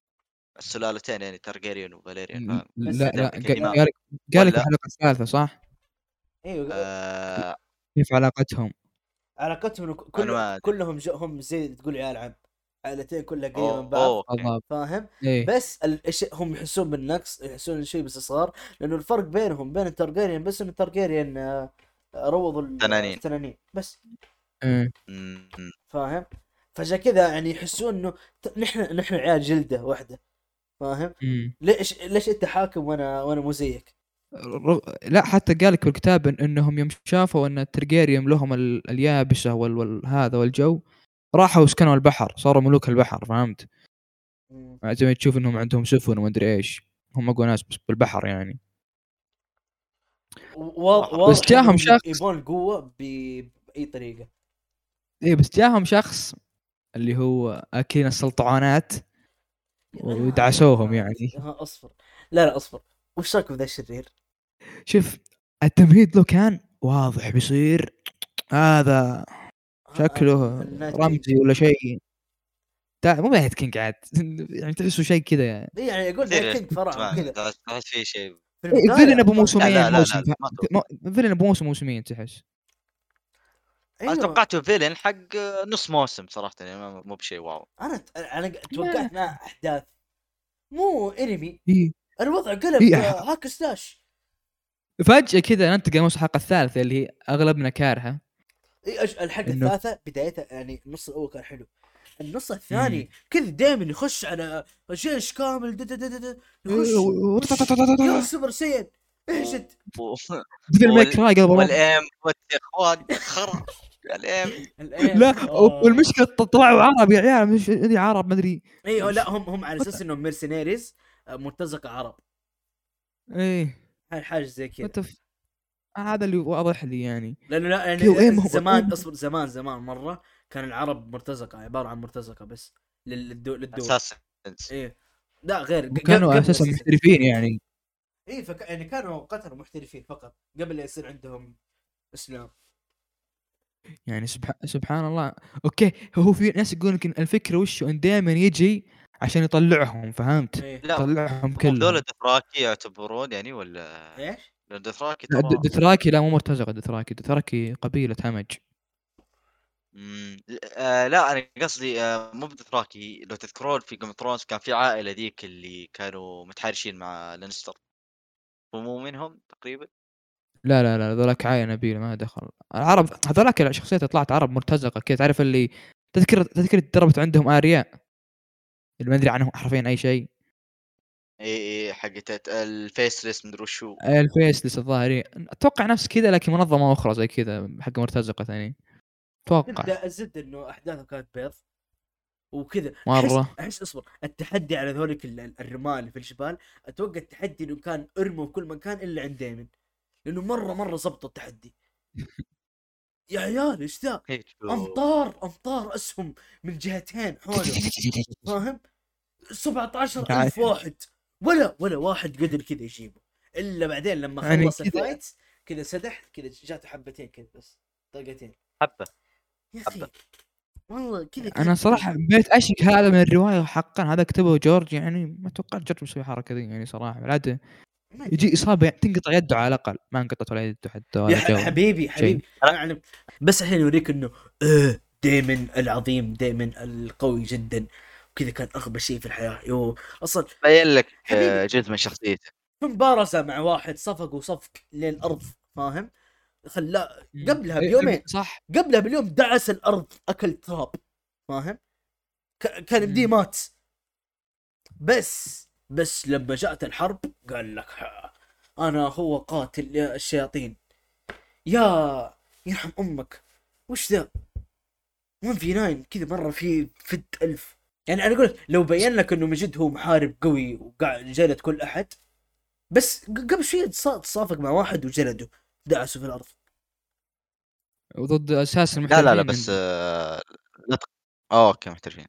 C: السلالتين يعني تارجيريان وفاليريان ف...
B: بس
D: لا لا
C: تعرف كيف
D: قال
C: ما-
D: قال- قال لك
C: ولا-
D: الحلقه الثالثه صح؟
B: ايوه
C: آه...
D: كيف علاقتهم
B: علاقتهم إنه
C: أنا ما
B: كل...
C: أدري.
B: كلهم جو... هم زي تقول عيال عم عائلتين كلها قريبه من
C: اوه
B: بعض
C: أوه، اوكي
D: بالضبط
B: فاهم
D: ايه
B: بس الاشياء هم يحسون بالنقص يحسون الشيء باستثار لانه الفرق بينهم بين الترجيريان بس ان الترجيريان آه، روضوا ال-
C: تنانين.
B: التنانين بس
D: إيه.
C: مم.
B: فاهم فعشان كذا يعني يحسون انه ت- نحن نحن عيال جلده واحده فاهم
D: أمم.
B: ليش ليش انت حاكم وانا وانا مو زيك
D: رغ... لا حتى قال لك بالكتاب إن انهم يوم شافوا ان الترجيريوم لهم ال... اليابسه وال... وال... هذا والجو راحوا وسكنوا البحر صاروا ملوك البحر فهمت؟
B: مم.
D: زي ما تشوف انهم عندهم سفن وما ادري ايش هم اقوى ناس بس بالبحر يعني
B: واضح
D: بس جاهم
B: إنهم
D: شخص-
B: يبون القوه ب... باي طريقه
D: ايه بس جاهم شخص اللي هو اكلين السلطعونات ودعسوهم يعني
B: ها اصبر لا لا اصبر وش رايكم بذا الشرير؟
D: شوف التمهيد له كان واضح بيصير هذا
B: آه،
D: شكله
B: النايت
D: رمزي ولا شيء تع- مو نايت كينج عاد يعني تحسه شيء كذا يعني
B: إيه، يعني يقول
C: كثير
B: كينج فرع
C: اسمعني،
B: كذا
C: تحس تحس في شيء
B: في
D: إيه،
B: البداية
D: فيلن ابو
C: لا إيه، لا
D: موسمين
C: لا,
D: موسم
C: لا ما أتوقع.
D: م- فيلن ابو موسم موسمين تحس
B: أيوة.
C: انا توقعته فيلن حق نص موسم صراحه يعني ما- مو بشيء واو
B: انا ت- انا توقعت مع احداث مو انمي
D: إيه.
B: الوضع قلب
D: إيه.
B: آه، هاك سلاش
D: فجاه كذا ننتقل نص الحلقه الثالثه اللي هي اغلبنا كارهه
B: إيه، أج- الحلقه
D: إنه-
B: الثالثه بدايتها يعني النص الاول كان حلو النص الثاني كذا دائما يخش على جيش كامل دا دا دا دا دا،
D: إيه،
B: يخش يا سوبر سيئن اهجد
C: و-
D: بدل ما
C: وال-
D: يكره قبل ما-
C: والايم والتخوان خرب الايم
D: لا والمشكله طلعوا عرب يا عيال مش إيه، عرب ما ادري
B: ايوه لا هم هم على اساس انهم مرسينيريز مرتزقه عرب
C: إيه.
D: ايه
B: هاي حاجه زي كذا
D: what the f- هذا اللي واضح لي يعني
B: لانه لا يعني
D: كيو إيم هو-
B: زمان
D: إيم.
B: اصبر زمان زمان مره كان العرب مرتزقه عباره عن مرتزقه بس لل- للدول للدول
C: اساسا
B: ايه لا غير
D: وكانوا اساسا محترفين يعني
B: اي فك... يعني كانوا قتلوا محترفين فقط قبل لا يصير عندهم اسلام
D: يعني سبح... سبحان الله اوكي هو في ناس يقولون يمكن الفكره وش ان دائما يجي عشان يطلعهم فهمت
B: ايه
C: لا
D: يطلعهم
C: هم دول
D: كلهم
C: الدثراكي يعتبرون يعني ولا
B: ايش؟
C: الدثراكي
D: لا،
C: ترى
D: د- دثراكي لا مو مرتزقه دثراكي دثراكي قبيله همج
C: مم، ل- آه، لا انا قصدي آه، مو بدثراكي لو تذكرون في جيم ثرونز كان في عائله ذيك اللي كانوا متحارشين مع لانستر ومو منهم تقريبا
D: لا لا لا ذولاك عاية نبيل ما دخل العرب هذولاك الشخصيات اللي طلعت عرب مرتزقه كذا تعرف اللي تذكر تذكر تدربت عندهم اريا اللي ما ادري عنهم حرفيا اي شيء
C: اي اي إيه، حقت الفيسلس مدري وشو
D: الفيسلس الظاهر إيه. اتوقع نفس كذا لكن منظمه اخرى زي كذا حق مرتزقه ثاني اتوقع
B: الزبده الزبده انه احداثه كانت بيض وكذا
D: مرة.
B: احس, أحس اصبر التحدي على ذولك ال- ال- الرمال اللي في الجبال اتوقع التحدي انه كان ارموا في كل مكان الا عند دايمن لانه مره مره زبطوا التحدي يا عيال ايش ذا؟
C: هيك
B: امطار امطار اسهم من جهتين حوله فاهم 17000
D: عارف.
B: واحد ولا ولا واحد قدر كذا يجيبه الا بعدين لما
D: يعني
B: خلص
D: كذا-
B: الفايت كذا سدح كذا جاته حبتين كذا بس طلقتين
C: حبه
B: يا اخي والله كذا
D: انا صراحه بيت اشك هذا من الروايه حقا هذا كتبه جورج يعني ما توقعت جورج بيسوي حركه ذي يعني صراحه العاده يجي اصابه يعني تنقطع يده على الاقل ما انقطعت ولا يده حتى
B: يا
D: ولا
B: ح-
D: جو
B: حبيبي حبيبي أنا يعني بس الحين اوريك انه آه دايمن العظيم دايمن القوي جدا وكذا كان اغبى شيء في الحياه يو اصلا
C: بين لك آه،
B: حبيبي.
C: جزء من شخصيته
B: في مبارزه مع واحد صفق وصفق للارض فاهم خلاه قبلها بيومين
D: إيه، صح
B: قبلها باليوم دعس الارض اكل تراب فاهم؟ ك- كان بدي
D: مم.
B: مات بس بس لما جاءت الحرب قال لك "ها، انا هو قاتل يا الشياطين يا يرحم امك وش ذا؟ 1 في 9 كذا مره في فد ألف يعني انا اقول لك لو بين لك انه من جد هو محارب قوي وقاعد جلد كل احد بس ق- قبل شويه تص- تصافق مع واحد وجلده دعسه في الارض
D: وضد اساس
C: لا لا لا
D: المحترفين
C: بس
D: عندهم.
C: آه، لا تق- آه، اوكي محترفين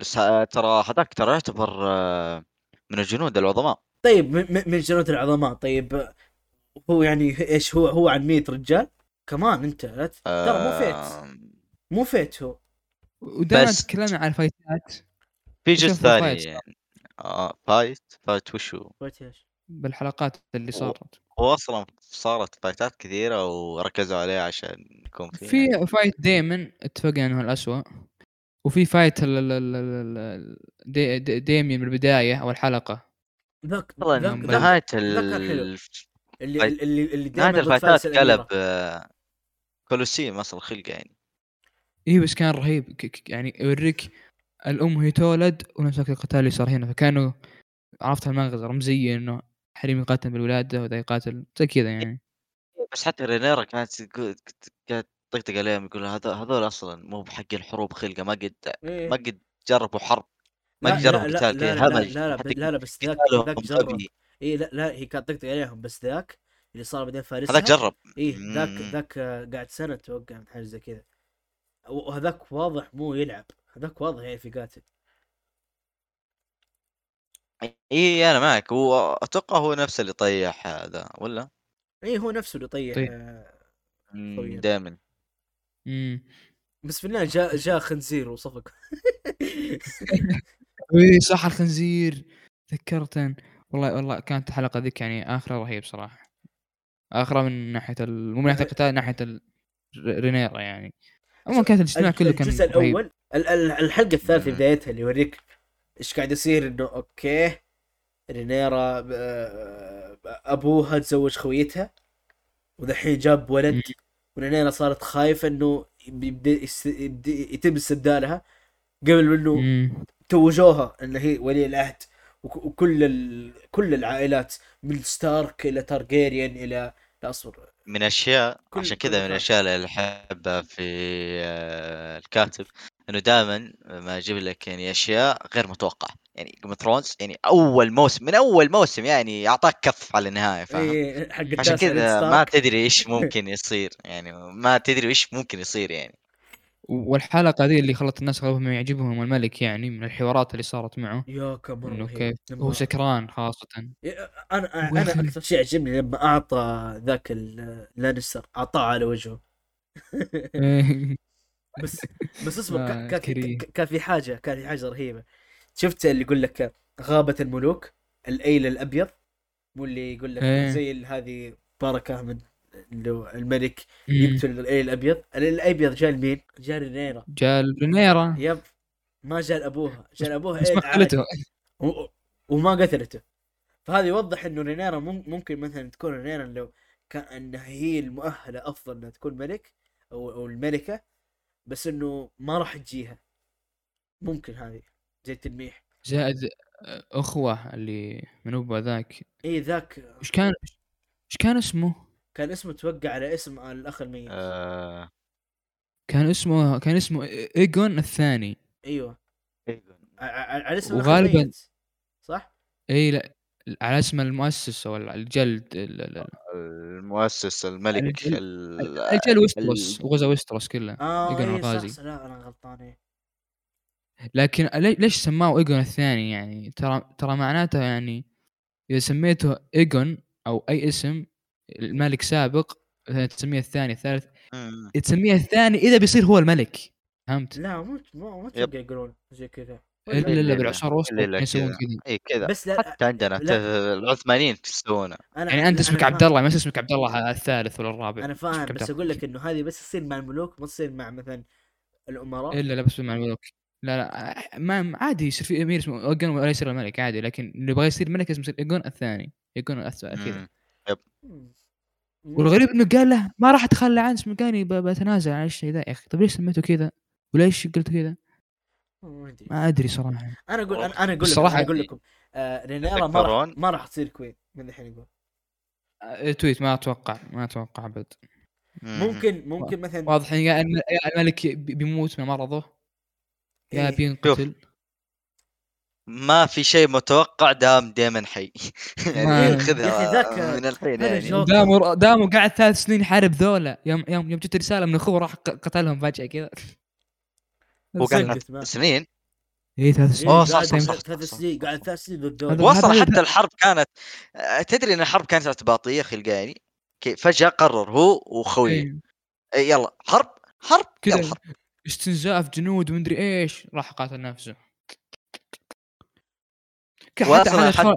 C: بس آه، ترى هذاك ترى يعتبر آه، من الجنود العظماء
B: طيب من- من من جنود العظماء طيب هو يعني ايش هو هو عن 100 رجال كمان انت لا ت- ترى مو فيت
C: آه،
B: مو فيت هو
D: ودائما
C: بس-
D: تكلمنا عن الفايتات
C: في
D: وشوف
C: جزء ثاني
D: الفايت.
C: يعني آه فايت فايت وشو
B: فيت ايش؟
D: بالحلقات اللي
C: و-
D: صارت
C: هو اصلا صارت فايتات كثيره وركزوا عليها عشان يكون في
D: في فايت دايمن اتفقنا انه الاسوء وفي فايت ال- ال- ال- ال- ال- دي- دي- ديميان من البدايه او الحلقه
B: ذاك
C: والله
B: ذاك-
D: نعم.
B: ذاك
C: نهاية
B: ذاك
C: ال...
B: الحلو. اللي
C: فايت.
B: اللي اللي
C: نهاية
B: دائما
C: الفايتات
B: بتفلسل الأميرة.
C: قلب آه، كولوسيوم اصلا خلقه يعني
D: اي إيه بس كان رهيب ك- ك- يعني يوريك الام هي تولد ونفس القتال اللي صار هنا فكانوا عرفت المغزى رمزيه انه حريم يقاتل بالولاده وذا يقاتل زي كذا يعني
C: بس حتى رينيرا كانت تقول- كانت تطقطق عليهم يقول هذا هذول اصلا مو بحق الحروب خلقه ما قد
B: إيه.
C: ما قد جربوا حرب ما
B: لا-
C: قد جربوا
B: لا- لا-
C: قتال
B: لا-
C: كذا
B: لا-
C: هبل
B: لا لا
C: حتى
B: لا لا بس ذاك
C: قتالهم
B: ذاك جرب
C: غبي.
B: اي إيه، لا لا هي كانت تقطع عليهم بس ذاك اللي صار بعدين فارس
C: هذاك جرب
B: اي ذاك
C: مم.
B: ذاك آه، قاعد سنه توقع من حاجه زي كذا وهذاك واضح مو يلعب هذاك واضح يعني يعرف يقاتل
C: اي انا معك واتوقع هو نفسه اللي طيح هذا ولا
B: اي إيه، هو نفسه اللي طيح
D: طيب.
B: آه، طيب.
C: دائما
D: امم
B: بس في النهايه جاء جاء خنزير وصفق
D: اي صح الخنزير تذكرت والله والله كانت الحلقه ذيك يعني اخره رهيب صراحه اخره من ناحيه ال... مو من ناحيه القتال من ناحيه ال... ر- رينيرا يعني عموما كانت الاجتماع كله كان
B: الجزء
D: رهيب. آه.
B: الاول ال- ال- الحلقه الثالثه
C: مم.
B: بدايتها اللي يوريك ايش قاعد يصير انه اوكي رينيرا آه، ابوها تزوج خويتها ودحين جاب ولد
D: مم.
B: ورينيرا صارت خايفه انه يبدا يس- يبدا- يتم استبدالها قبل انه
D: أمم.
B: توجوها ان هي ولي العهد وك- وكل ال... كل العائلات من ستارك الى تارجيريان الى لا اصبر
C: من اشياء
B: كل-
C: عشان
B: كل
C: كذا من
B: فاز.
C: الاشياء اللي احبها في آه، الكاتب انه دائما ما يجيب لك يعني اشياء غير متوقعه يعني جيم ثرونز يعني اول موسم من اول موسم يعني اعطاك كف على النهايه فاهم
B: إيه، حق
C: عشان
B: التاسع
C: كذا ما
B: ستارك.
C: تدري ايش ممكن يصير يعني ما تدري ايش ممكن يصير يعني
D: والحلقه ذي اللي خلت الناس اغلبهم يعجبهم الملك يعني من الحوارات اللي صارت معه
B: يا كم مره
D: انه
B: رهيب.
D: كيف
B: لما-
D: هو سكران خاصه
B: انا
D: ويا
B: انا
D: أخي.
B: اكثر شيء عجبني لما اعطى ذاك ال- لانستر اعطاه على وجهه بس بس اصبر
D: آه،
B: كا- كا-
D: كريه.
B: كا- كان في حاجه كان في حاجه رهيبه شفت اللي يقول لك غابه الملوك الايل الابيض مو اللي يقول لك
D: إيه.
B: زي ال- هذه بركه من إنه الملك
D: إيه.
B: يقتل الايل الابيض الايل الابيض جاء لمين؟ جاء لنيرة
D: جال رينيرا
B: يب ما جاء لابوها جاء لابوها
D: بس
B: ايل
D: ما
B: عادي.
D: قتلته
B: و- وما قتلته فهذا يوضح انه رينيرا مم- ممكن مثلا تكون رينيرا لو كان انها هي المؤهله افضل انها تكون ملك او او الملكه بس انه ما راح تجيها ممكن هذه زي التلميح
D: زائد اخوه اللي من ابو ذاك
B: اي إيه، ذاك
D: ايش كان ايش كان اسمه؟
B: كان اسمه توقع على اسم الاخ الميت
C: آه...
D: كان اسمه كان اسمه ايجون الثاني
B: ايوه ع- ع- على اسم الاخ
D: وغالباً-
B: الميت صح؟
D: اي لا على اسم المؤسس او الجلد ال- ال- ال-
C: المؤسس الملك
D: الجل-
C: ال-
D: الجلد ويستروس وغزا ويستروس كله
B: اه
D: إيجون
B: اي صح,
D: الغازي.
B: صح لا انا غلطان إيه.
D: لكن لي- ليش سماه ايجون الثاني يعني ترى ترى معناته يعني اذا سميته ايجون او اي اسم الملك سابق مثلاً تسميه الثاني الثالث
C: مم.
D: تسميه الثاني اذا بيصير هو الملك فهمت؟
B: لا مو مو ما
C: يب.
B: تلقى يقولون زي كذا
D: الا الا
C: إلا-
D: بالعصور الوسطى
C: إلا- إلا
D: يسوون
C: كذا.
D: كذا
C: اي إيه كذا
B: بس لا
C: حتى عندنا
B: لا.
C: ت- العثمانيين يسوونه
B: انا
D: يعني انت
B: لا،
D: اسمك
B: أنا
D: عبد الله ما اسمك عبد الله الثالث ولا الرابع
B: انا
D: اسمك
B: فاهم
D: عبد
B: بس
D: الله.
B: اقول لك انه هذه بس تصير مع الملوك ما تصير مع مثلا الامراء
D: الا لا بس مع الملوك لا لا ما ما- عادي يصير في امير اسمه ايجون ولا يصير الملك عادي لكن اللي يبغى يصير ملك اسمه يصير ايجون الثاني ايجون الأس- كذا
C: مم.
B: مم.
D: والغريب انه قال له ما راح اتخلى عن اسمه قال لي ب- بتنازل عن الشيء ذا يا اخي طيب ليش سميته كذا وليش قلت كذا
B: ما أدري.
D: ما ادري صراحه
B: انا اقول انا أنا اقول لكم
D: الصراحة
B: انا اقول لكم آه رينيرا ما
C: تذكرون؟
B: راح ما راح تصير كوين من الحين اقول
D: أه، تويت ما اتوقع ما اتوقع ابد
C: مم.
B: ممكن ممكن مثلا
D: واضح ان يا الم- يا الملك بي- بيموت من مرضه يا
B: إيه.
D: بينقتل
C: ما في شيء متوقع دام دائما حي
D: ما-
C: يعني
B: يا
C: خذها
B: أخي ذاك-
C: من الحين
B: هذا
C: يعني
B: الجو- أوكي.
D: دامو دامو قاعد ثلاث سنين يحارب ذولا يوم يوم يوم جت رساله من اخوه راح ق- قتلهم فجاه كذا
C: وقعد
B: صدقت ما-
C: ثلاث سنين
D: اي ثلاث
B: إيه،
D: سنين
C: أوه، آه، صح،
B: قاعد
C: صح، صح،
B: ثلاث- ثلاث
C: صح.
B: سنين قاعد ثلاث سنين ضد
D: هذا-
B: دولة.
C: وصل
D: هذا-
C: حتى الحرب كانت آه، تدري ان الحرب كانت اعتباطيه خلقاني فجاه قرر هو وخويه
D: إيه.
C: آه، يلا حرب حرب يلا
D: كذا
C: حرب
D: استنزاف جنود ومدري ايش راح قاتل نفسه ك-
C: واصل
D: حتى حتى
C: لحد-
D: تخرج-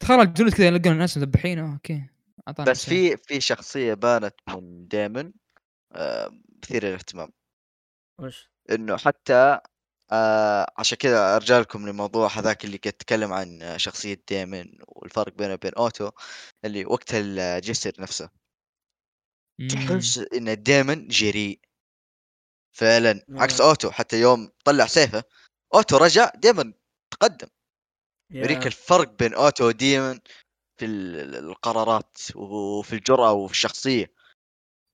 D: تخرج الجنود كذا يلقون الناس مذبحينه اوكي أعطانا
C: بس
D: نفسه.
C: في في شخصيه بانت من دائما مثيره للاهتمام
B: وش؟
C: انه حتى آه عشان كذا ارجع لكم لموضوع هذاك اللي كنت اتكلم عن آه، شخصيه ديمن والفرق بينه وبين اوتو اللي وقت الجسر نفسه
D: مم.
C: تحس ان ديمن جريء فعلا عكس
B: آه.
C: اوتو حتى يوم طلع سيفه اوتو رجع ديمن تقدم يوريك الفرق بين اوتو وديمن في ال- القرارات وفي الجرأة وفي الشخصية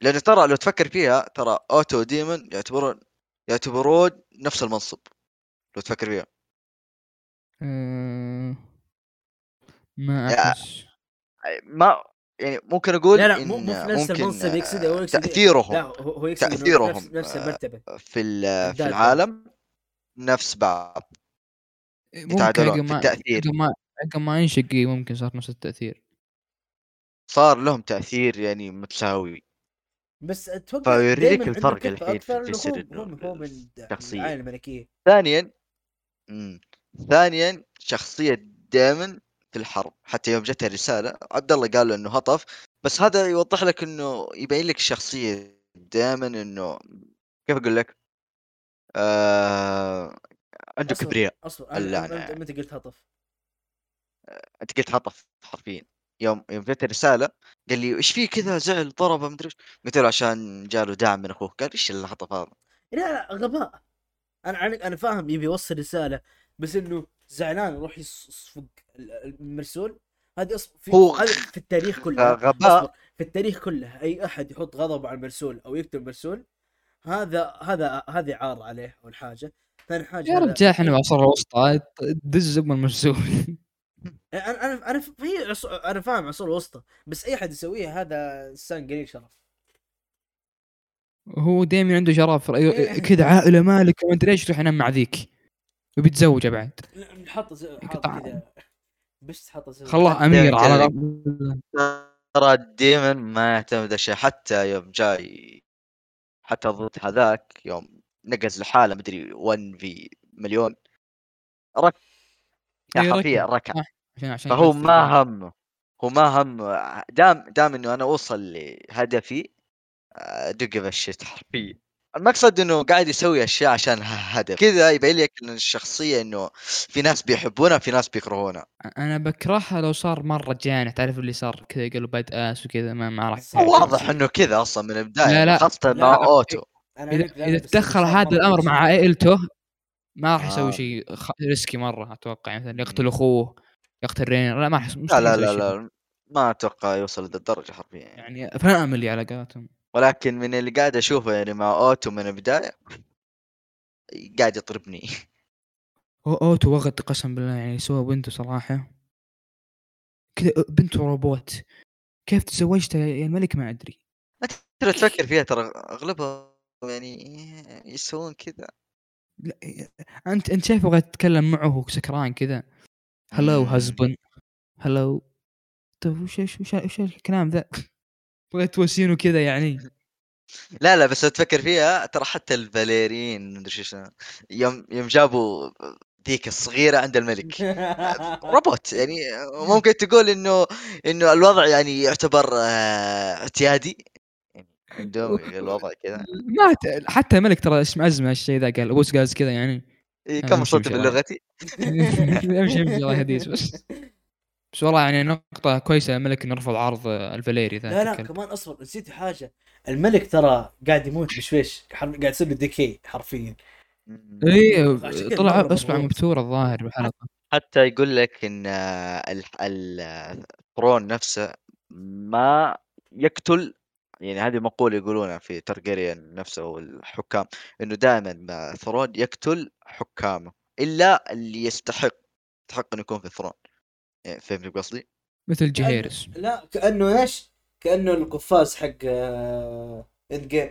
C: لأن ترى لو تفكر فيها ترى اوتو وديمن يعتبرون يعتبرون نفس المنصب لو تفكر فيها
D: آه، ما
C: يا-
D: احس
C: أي- ما يعني ممكن اقول
B: لا لا مو مو
C: إن
B: في نفس
C: uh، ممكن
B: المنصب يقصد هو يقصد لا
C: تاثيرهم
B: هو- هو يقصد إنه
C: تأثيرهم،
B: نفس, نفس
C: آه،
B: المرتبه
C: في ال- في
B: إمداد.
C: العالم نفس بعض
D: ممكن
C: يتعادلون
D: عقب
C: في
D: ما
C: التأثير.
D: عقب ما عقب ما ينشق إيه، ممكن صار نفس التاثير
C: صار لهم تاثير يعني متساوي
B: بس اتوقع
C: فيوريك
B: دايماً عندهم
C: الفرق
B: كفة
C: الحين في
B: أكثر إنه
C: الجسر
B: هم-
C: إنه
B: هم هم من
C: الشخصية.
B: العائله الملكيه
C: ثانيا مم. ثانيا شخصية دايمن في الحرب حتى يوم جتها رسالة عبد الله قال له انه هطف بس هذا يوضح لك انه يبين لك شخصية دايمن انه كيف اقول لك؟ آه... عنده
B: أصلاً-
C: كبرياء
B: اصبر أنا-
C: اللعنة
B: أنا- أنت- متى قلت هطف؟
C: انت قلت هطف حرفيا يوم يوم جت رسالة قال لي ايش في كذا زعل ضربه مدري ايش قلت له عشان جاله دعم من اخوه قال ايش اللي هطف هذا؟
B: لا لا غباء انا انا انا فاهم يبي يوصل رساله بس انه زعلان يروح يص- يصفق ال- المرسول هذه أص... في
C: هو
B: هذا في التاريخ كله
C: غباء
B: أصبر. في التاريخ كله اي احد يحط غضب على المرسول او يكتب مرسول هذا هذا هذه عار عليه اول حاجه ثاني حاجه
D: يا
B: هذا-
D: رجال احنا العصر الوسطى دز ام المرسول
B: انا انا انا ف- هي عص... انا فاهم عصور وسطى بس اي احد يسويها هذا انسان قليل شرف
D: هو دايما عنده شرف
B: إيه.
D: كذا عائله مالك وما ادري ايش يروح ينام مع ذيك وبيتزوجه بعد
B: لا، نحط ز- حاط
D: قطع.
B: كذا بس حاط زي-
D: خلاه امير
C: كذا-
D: على
C: ترى ديمن ما يعتمد اشياء حتى يوم جاي حتى ضد هذاك يوم نقز لحاله مدري 1 في مليون ركع
D: إيه، ركع.
C: حرفيا ركع
D: عشان عشان
C: فهو
D: يمثل.
C: ما همه هو ما همه دام دام انه انا اوصل لهدفي آه، دق بالشيت حرفيا المقصد انه قاعد يسوي اشياء عشان ه- هدف كذا يبين لك ان الشخصيه انه في ناس بيحبونها في ناس بيكرهونها
D: انا بكرهها لو صار مره جانا تعرف اللي صار كذا قالوا باد اس وكذا ما ما راح
B: يعني
C: واضح
B: شخصية.
C: انه كذا اصلا من البدايه
D: لا، لا.
C: خاصه
B: لا،
C: مع
B: لا.
C: اوتو
B: انا
D: اذا,
B: عارف-
D: إذا
B: بس إذا
D: تدخل
B: صار
D: هذا
B: مرة
D: الامر مع
B: يصير.
D: عائلته ما راح
C: آه.
D: يسوي شيء خ- ريسكي مره اتوقع مثلا يقتل اخوه يقتل رين لا ما راح
C: لا لا لا, لا ما اتوقع يوصل للدرجه حرفيا يعني.
D: يعني افلام اللي على قولتهم
C: ولكن من اللي قاعد اشوفه يعني مع اوتو من البدايه قاعد يطربني
D: هو اوتو وغد قسم بالله يعني سوى بنته صراحه كذا بنته روبوت كيف تزوجتها يا الملك ما ادري
C: ترى تفكر فيها ترى اغلبها يعني يسوون كذا
D: لا انت انت شايفه قاعد تتكلم معه وهو سكران كذا هلو
C: مم.
D: هازبن هلو طيب وش وش وش, وش الكلام ذا بغيت توسينه كذا يعني
C: لا لا بس لو تفكر فيها ترى حتى الباليرين مدري شو اسمها يوم يوم جابوا ذيك الصغيره عند الملك روبوت يعني ممكن تقول انه انه الوضع يعني يعتبر آه، اعتيادي يعني عندهم الوضع كذا
D: ما ت- حتى الملك ترى اسم ازمه الشيء ذا قال ابوس قال كذا يعني
C: إيه،
D: آه،
C: كم
D: يمشي
C: وصلت
D: إن شاء
C: من
D: الله.
C: لغتي
D: امشي امشي الله يهديك بس بس والله يعني نقطة كويسة الملك انه رفض عرض الفاليري ذا
B: لا لا
D: الكلب.
B: كمان اصبر نسيت حاجه الملك ترى قاعد يموت بشويش حر- قاعد يصير له ديكي حرفيا عشان
D: ايه
B: كذا
D: طلع
B: مرة
D: اصبعه
B: مضغوط.
D: مبتورة الظاهر بالحلقة
C: حتى يقول لك ان آه، ال- ال- الثرون نفسه ما يقتل يعني هذه مقولة يقولونها في ترجريان نفسه والحكام انه دائما ما الثرون يقتل حكامه الا اللي يستحق يستحق انه يكون في الثرون يعني فهمت قصدي؟
B: يعني
D: مثل جهيرس
B: لا كانه ايش؟ كانه القفاز حق آه، اند جيم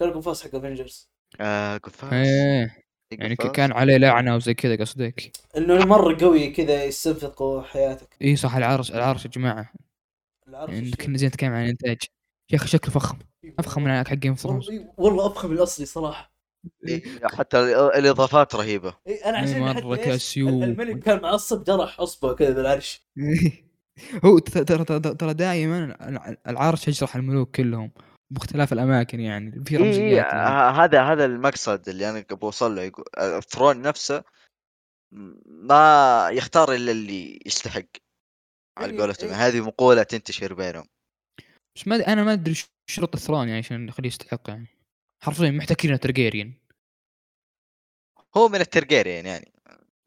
B: كان القفاز حق افنجرز
C: آه قفاز
D: ايه
C: إيه،
D: يعني ك-
C: قفاز.
D: كان عليه لعنة وزي كذا قصدك
B: انه مره قوي كذا يستنفذ قوة حياتك
D: اي إيه، صح العرش العرش يا جماعة
B: العرش
D: يعني
B: الشيء.
D: كنا زين نتكلم عن الانتاج يا اخي شكله فخم افخم من حق جيم اوف ثرونز
B: والله- والله افخم من الاصلي صراحه
C: إيه، حتى ال- الاضافات رهيبه
B: إيه، انا عشان
D: مرة
B: حتى إيش؟
D: كسيوب.
B: الملك كان معصب جرح اصبعه كذا بالعرش
D: هو ت- ترى ترى ترى- ترى دائما الع- العرش يجرح الملوك كلهم مختلف الاماكن يعني في
C: إيه، إيه،
D: رمزيات
B: آه.
D: يعني.
C: ه- هذا هذا المقصد اللي انا بوصل له يقو- الثرون نفسه م- ما يختار الا اللي يستحق على
B: إيه،
C: قولتهم
B: إيه.
C: هذه مقوله تنتشر بينهم
D: بس ما أدري- انا ما ادري شو شروط الثرون يعني عشان يخليه يستحق يعني حرفيا محتكرين ترجيريان
C: هو من الترجيريان يعني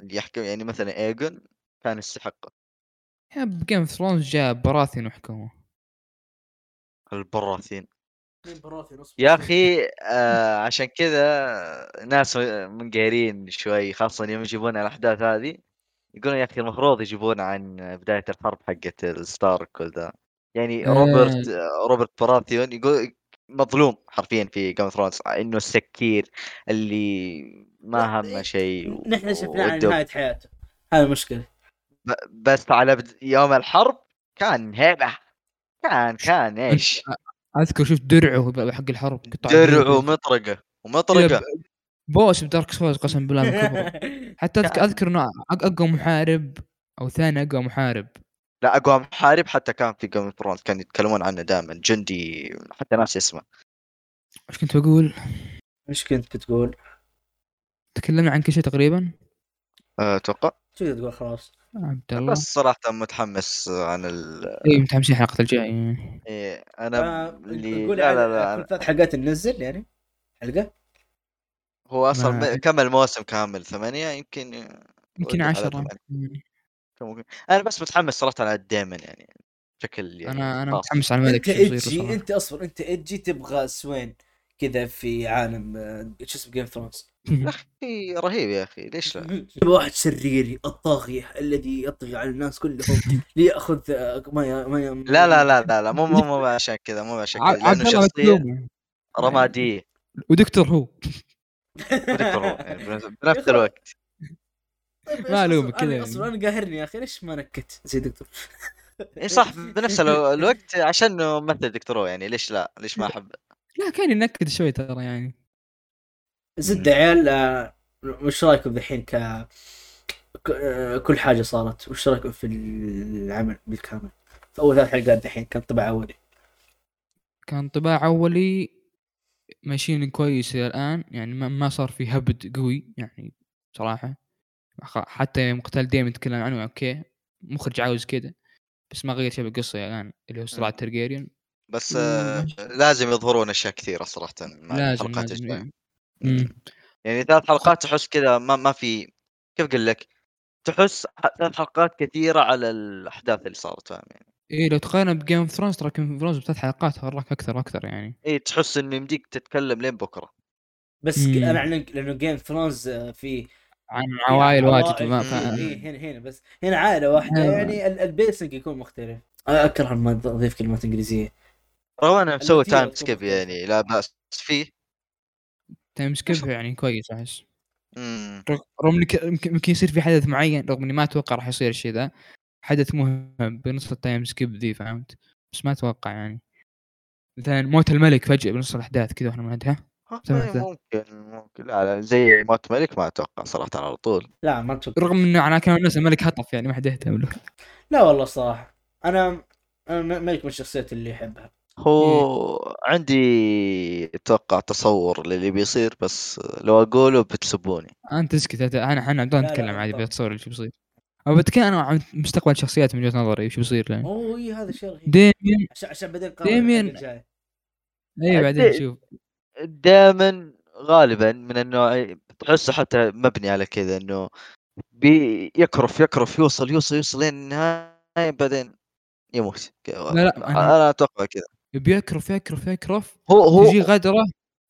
C: اللي يحكم يعني مثلا ايجون كان يستحقه
D: جيم اوف ثرونز جاء براثن وحكمه
C: البراثين
B: مين براثي نص
C: يا اخي آه عشان كذا ناس منقهرين شوي خاصه يوم يجيبون الاحداث هذه يقولون يا اخي المفروض يجيبون عن بدايه الحرب حقت الستارك وذا يعني
D: آه.
C: روبرت روبرت براثيون يقول مظلوم حرفيا في جيم اوف ثرونز انه السكير اللي ما همه شيء و-
B: نحن شفناه على
C: والدب.
B: نهايه حياته هذه المشكله
C: ب- بس على بد- يوم الحرب كان هيبه كان كان ايش
D: اذكر شفت درعه ب- حق الحرب قطع
C: درع
D: درعه.
C: ومطرقه ومطرقه
D: بوس بدارك سولز قسم بالله من كبره حتى أذك- اذكر انه أق- اقوى محارب او ثاني اقوى محارب
C: لا اقوى محارب حتى كان في جيم اوف ثرونز كانوا يتكلمون عنه دائما جندي حتى ناس اسمه
D: ايش كنت بقول؟
B: ايش كنت بتقول؟
D: تكلمنا عن كل شيء تقريبا
C: أه، اتوقع
B: شو كنت تقول خلاص؟
D: عبد الله إيه،
C: بس صراحه متحمس عن ال
D: اي متحمسين الحلقه الجايه
C: إيه، انا
B: آه،
C: اللي
B: نقول
C: لا لا
B: يعني
C: لا
B: كل
C: أنا-
B: ثلاث حلقات ننزل يعني حلقه
C: هو اصلا
D: ما-
C: ما... كمل موسم كامل ثمانيه يمكن
D: يمكن
C: ودي على
D: عشرة
C: طبعاً. انا بس متحمس صراحه على دائما يعني بشكل يعني
D: انا انا
C: خاص.
D: متحمس على مدى
B: انت
D: كيف يصير
B: ادجي
D: بصراحة.
B: انت اصبر انت ادجي تبغى سوين كذا في عالم آه، شو اسمه جيم ثرونز
C: يا اخي رهيب يا اخي ليش لا
B: واحد شريري الطاغيه الذي يطغي على الناس كلهم لياخذ آه، ما ي... ما ي...
C: لا لا لا لا, لا مو مو مو عشان كذا مو عشان
D: ع-
C: كذا
D: عبد
C: لانه
D: الله
C: شخصيه
D: متلوم.
C: رماديه
D: ودكتور هو
C: وتكبر يعني بنفس- بنفس الوقت
D: ما ألومك
B: أنا-
D: كذا يعني.
B: اصلا انا قاهرني يا اخي ليش ما نكت زي دكتور
D: إيه،
C: اي صح بنفس الو- الوقت عشان مثل دكتورو يعني ليش لا ليش ما احب
D: لا كان ينكد شوي ترى يعني
B: زد يا عيال آه، وش رايكم ذحين ك ك- آه، كل حاجه صارت وش رايكم في العمل بالكامل في اول ثلاث حلقات دحين كان طبع اولي
D: كان طباع اولي ماشيين كويس الى الان يعني ما, ما صار في هبد قوي يعني صراحه خ- حتى يوم قتال ديم يتكلم عنه اوكي مخرج عاوز كذا بس ما غير شيء بالقصه الى الان اللي هو صراع ترجيريان
C: بس
D: مم،
C: آه،
D: ماشي.
C: لازم يظهرون اشياء كثيره صراحه مع
D: لازم
C: الحلقات
D: لازم
C: الجايه
D: يعني. أمم.
C: يعني ثلاث حلقات تحس كذا ما ما في كيف اقول لك تحس ح- ثلاث حلقات كثيره على الاحداث اللي صارت فاهم يعني
D: ايه لو تقارنها بجيم اوف ثرونز ترى جيم اوف ثرونز بثلاث حلقات وراك اكثر اكثر يعني
C: اي إيه، تحس انه يمديك تتكلم لين بكره
B: بس
D: مم.
B: انا اعلنك لانه جيم ثرونز آه، في
D: عن عوائل واجد وما
B: إيه،
D: فا-
B: إيه، هنا هنا بس هنا عائله واحده
D: أيوة.
B: يعني ال- البيسنج يكون مختلف انا اكره لما اضيف كلمات انجليزيه
C: رغم انا مسوي
B: الوتيرة
C: تايم
B: تكون
C: سكيب
B: مختلفة.
C: يعني لا باس فيه
D: تايم سكيب يعني كويس احس
C: امم
D: رغ- رغم إن ك- يمكن يمكن يصير في حدث معين رغم اني ما اتوقع راح يصير الشيء ذا حدث مهم بنص التايم سكيب ذي فهمت بس ما اتوقع يعني مثلا موت الملك فجاه بنص الاحداث كذا واحنا ما ندها
C: ها،
D: سمعت ذا.
C: إيه، ممكن ممكن لا لا زي موت ملك ما اتوقع صراحه على طول
B: لا ما اتوقع
D: رغم انه على كلام الناس الملك هطف يعني ما حد يهتم له
B: لا والله صراحه انا أنا م- ملك من الشخصيات اللي احبها
D: إيه.
C: هو عندي اتوقع تصور للي بيصير بس لو اقوله بتسبوني
D: انت اسكت أنت- انا احنا عبد
B: لا،
D: الله
B: لا،
D: نتكلم عادي
B: بالضبط.
D: بتصور ايش بيصير او بتكلم انا عن مستقبل شخصيات من وجهه نظري ايش بيصير لهم
B: اوه اي إيه، هذا شيء رهيب
D: ديمين
B: عشان عشان بعدين قرار
D: ديمين.
B: الجاي
D: اي إيه، بعدين
C: دي-
D: نشوف
C: دائما غالبا من النوع تحسه حتى مبني على كذا انه بي يكرف يكرف يوصل يوصل يوصل لين النهايه بعدين يموت
D: لا، لا، أنا-
C: انا اتوقع كذا
D: بيكرف يكرف يكرف
C: هو هو
D: تجي غدره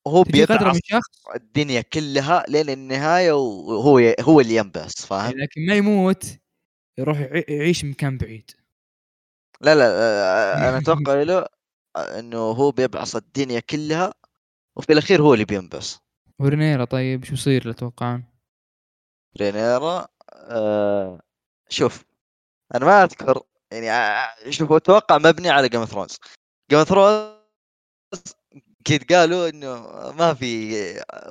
C: هو
D: تجي غدره من
C: بيتعصب
D: شخص
C: الدنيا كلها لين النهايه وهو ي- هو اللي ينبأس فاهم
D: لكن ما يموت يروح يعي- يعيش مكان بعيد
C: لا لا آه، انا اتوقع له انه هو بيبعص الدنيا كلها وفي الاخير هو اللي بينبس
D: ورينيرا طيب شو يصير له تتوقعون؟
C: رينيرا آه شوف انا ما اذكر يعني آه، شوف هو اتوقع مبني على جيم ثرونز جيم ثرونز قد قالوا انه ما في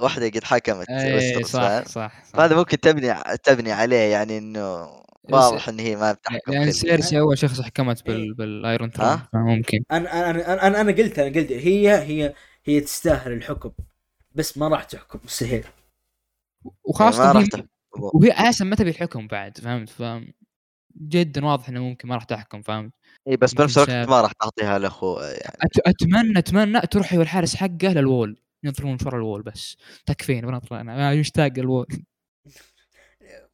C: واحده قد حكمت
D: اي
C: ويستروس،
D: إيه، صح
C: فاهم؟
D: صح, صح. إيه،
C: فهذا ممكن تبني تبني عليه يعني انه واضح ان هي ما بتحكم
D: لان
C: في ال-
D: سيرسي اول شخص حكمت
B: إيه.
D: بال... بالايرون ثرون
C: ها؟
D: فممكن
B: انا انا انا انا, أنا قلت انا قلت هي هي هي تستاهل الحكم بس ما راح تحكم مستحيل
C: ما
D: وخاصه
C: راح
D: هي...
C: تحكم.
D: وهي اساسا ما تبي الحكم بعد فهمت فاهم جدا واضح انه ممكن ما راح تحكم فهمت
C: اي إيه، بس بنفس
D: يمكن
C: الوقت
D: شاف.
C: ما راح تعطيها لاخوه يعني
D: أت... اتمنى اتمنى تروحي والحارس حقه للوول ينظرون ورا الوول بس تكفين بنطلع انا أنا مشتاق للوول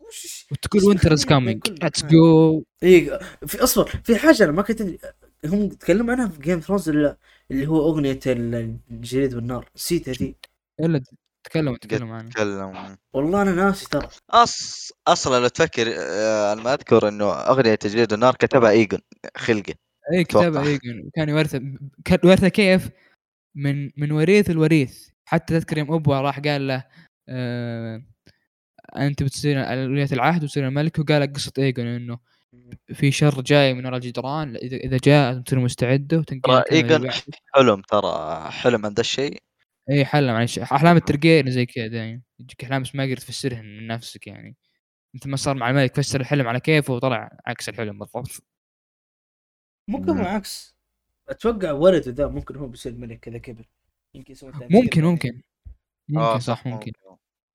B: وش
D: وتقول
B: بس
D: وينتر از
B: بخلينا من
D: كامينج
B: كل
D: ليتس
B: مكان.
D: جو
B: اي في اصبر في حاجه انا ما كنت أدري- هم تكلموا عنها في جيم ثرونز اللي, اللي هو اغنيه ال- الجليد والنار نسيتها ذي
D: الا تكلم تكلم عنه
C: تكلم
B: والله انا ناسي ترى
C: أص... اصلا لو تفكر آه، انا ما اذكر انه اغنيه تجليد النار كتبها ايجون خلقه
D: اي كتاب
C: أتوقع.
D: ايجون كان يورثه كان يورثه كيف؟ من من وريث الوريث حتى تذكر يوم ابوه راح قال له آه انت بتصير على ولية العهد وتصير الملك وقال له قصه ايجون انه في شر جاي من وراء الجدران اذا اذا جاء لازم تصير مستعده وتنقل
C: ترى ايجون حلم ترى حلم عن ذا الشيء
D: اي حل معلش احلام الترقير زي كذا دايم يجيك احلام بس ما قدرت تفسرهن من نفسك يعني مثل ما صار مع الملك فسر الحلم على كيفه وطلع عكس الحلم بالضبط
B: ممكن
D: نعم.
C: مم.
B: العكس اتوقع ولده ذا ممكن هو بيصير ملك اذا كبر يمكن يسوي تعديل
D: ممكن
B: بعدين.
D: ممكن ممكن
C: آه،
D: صح ممكن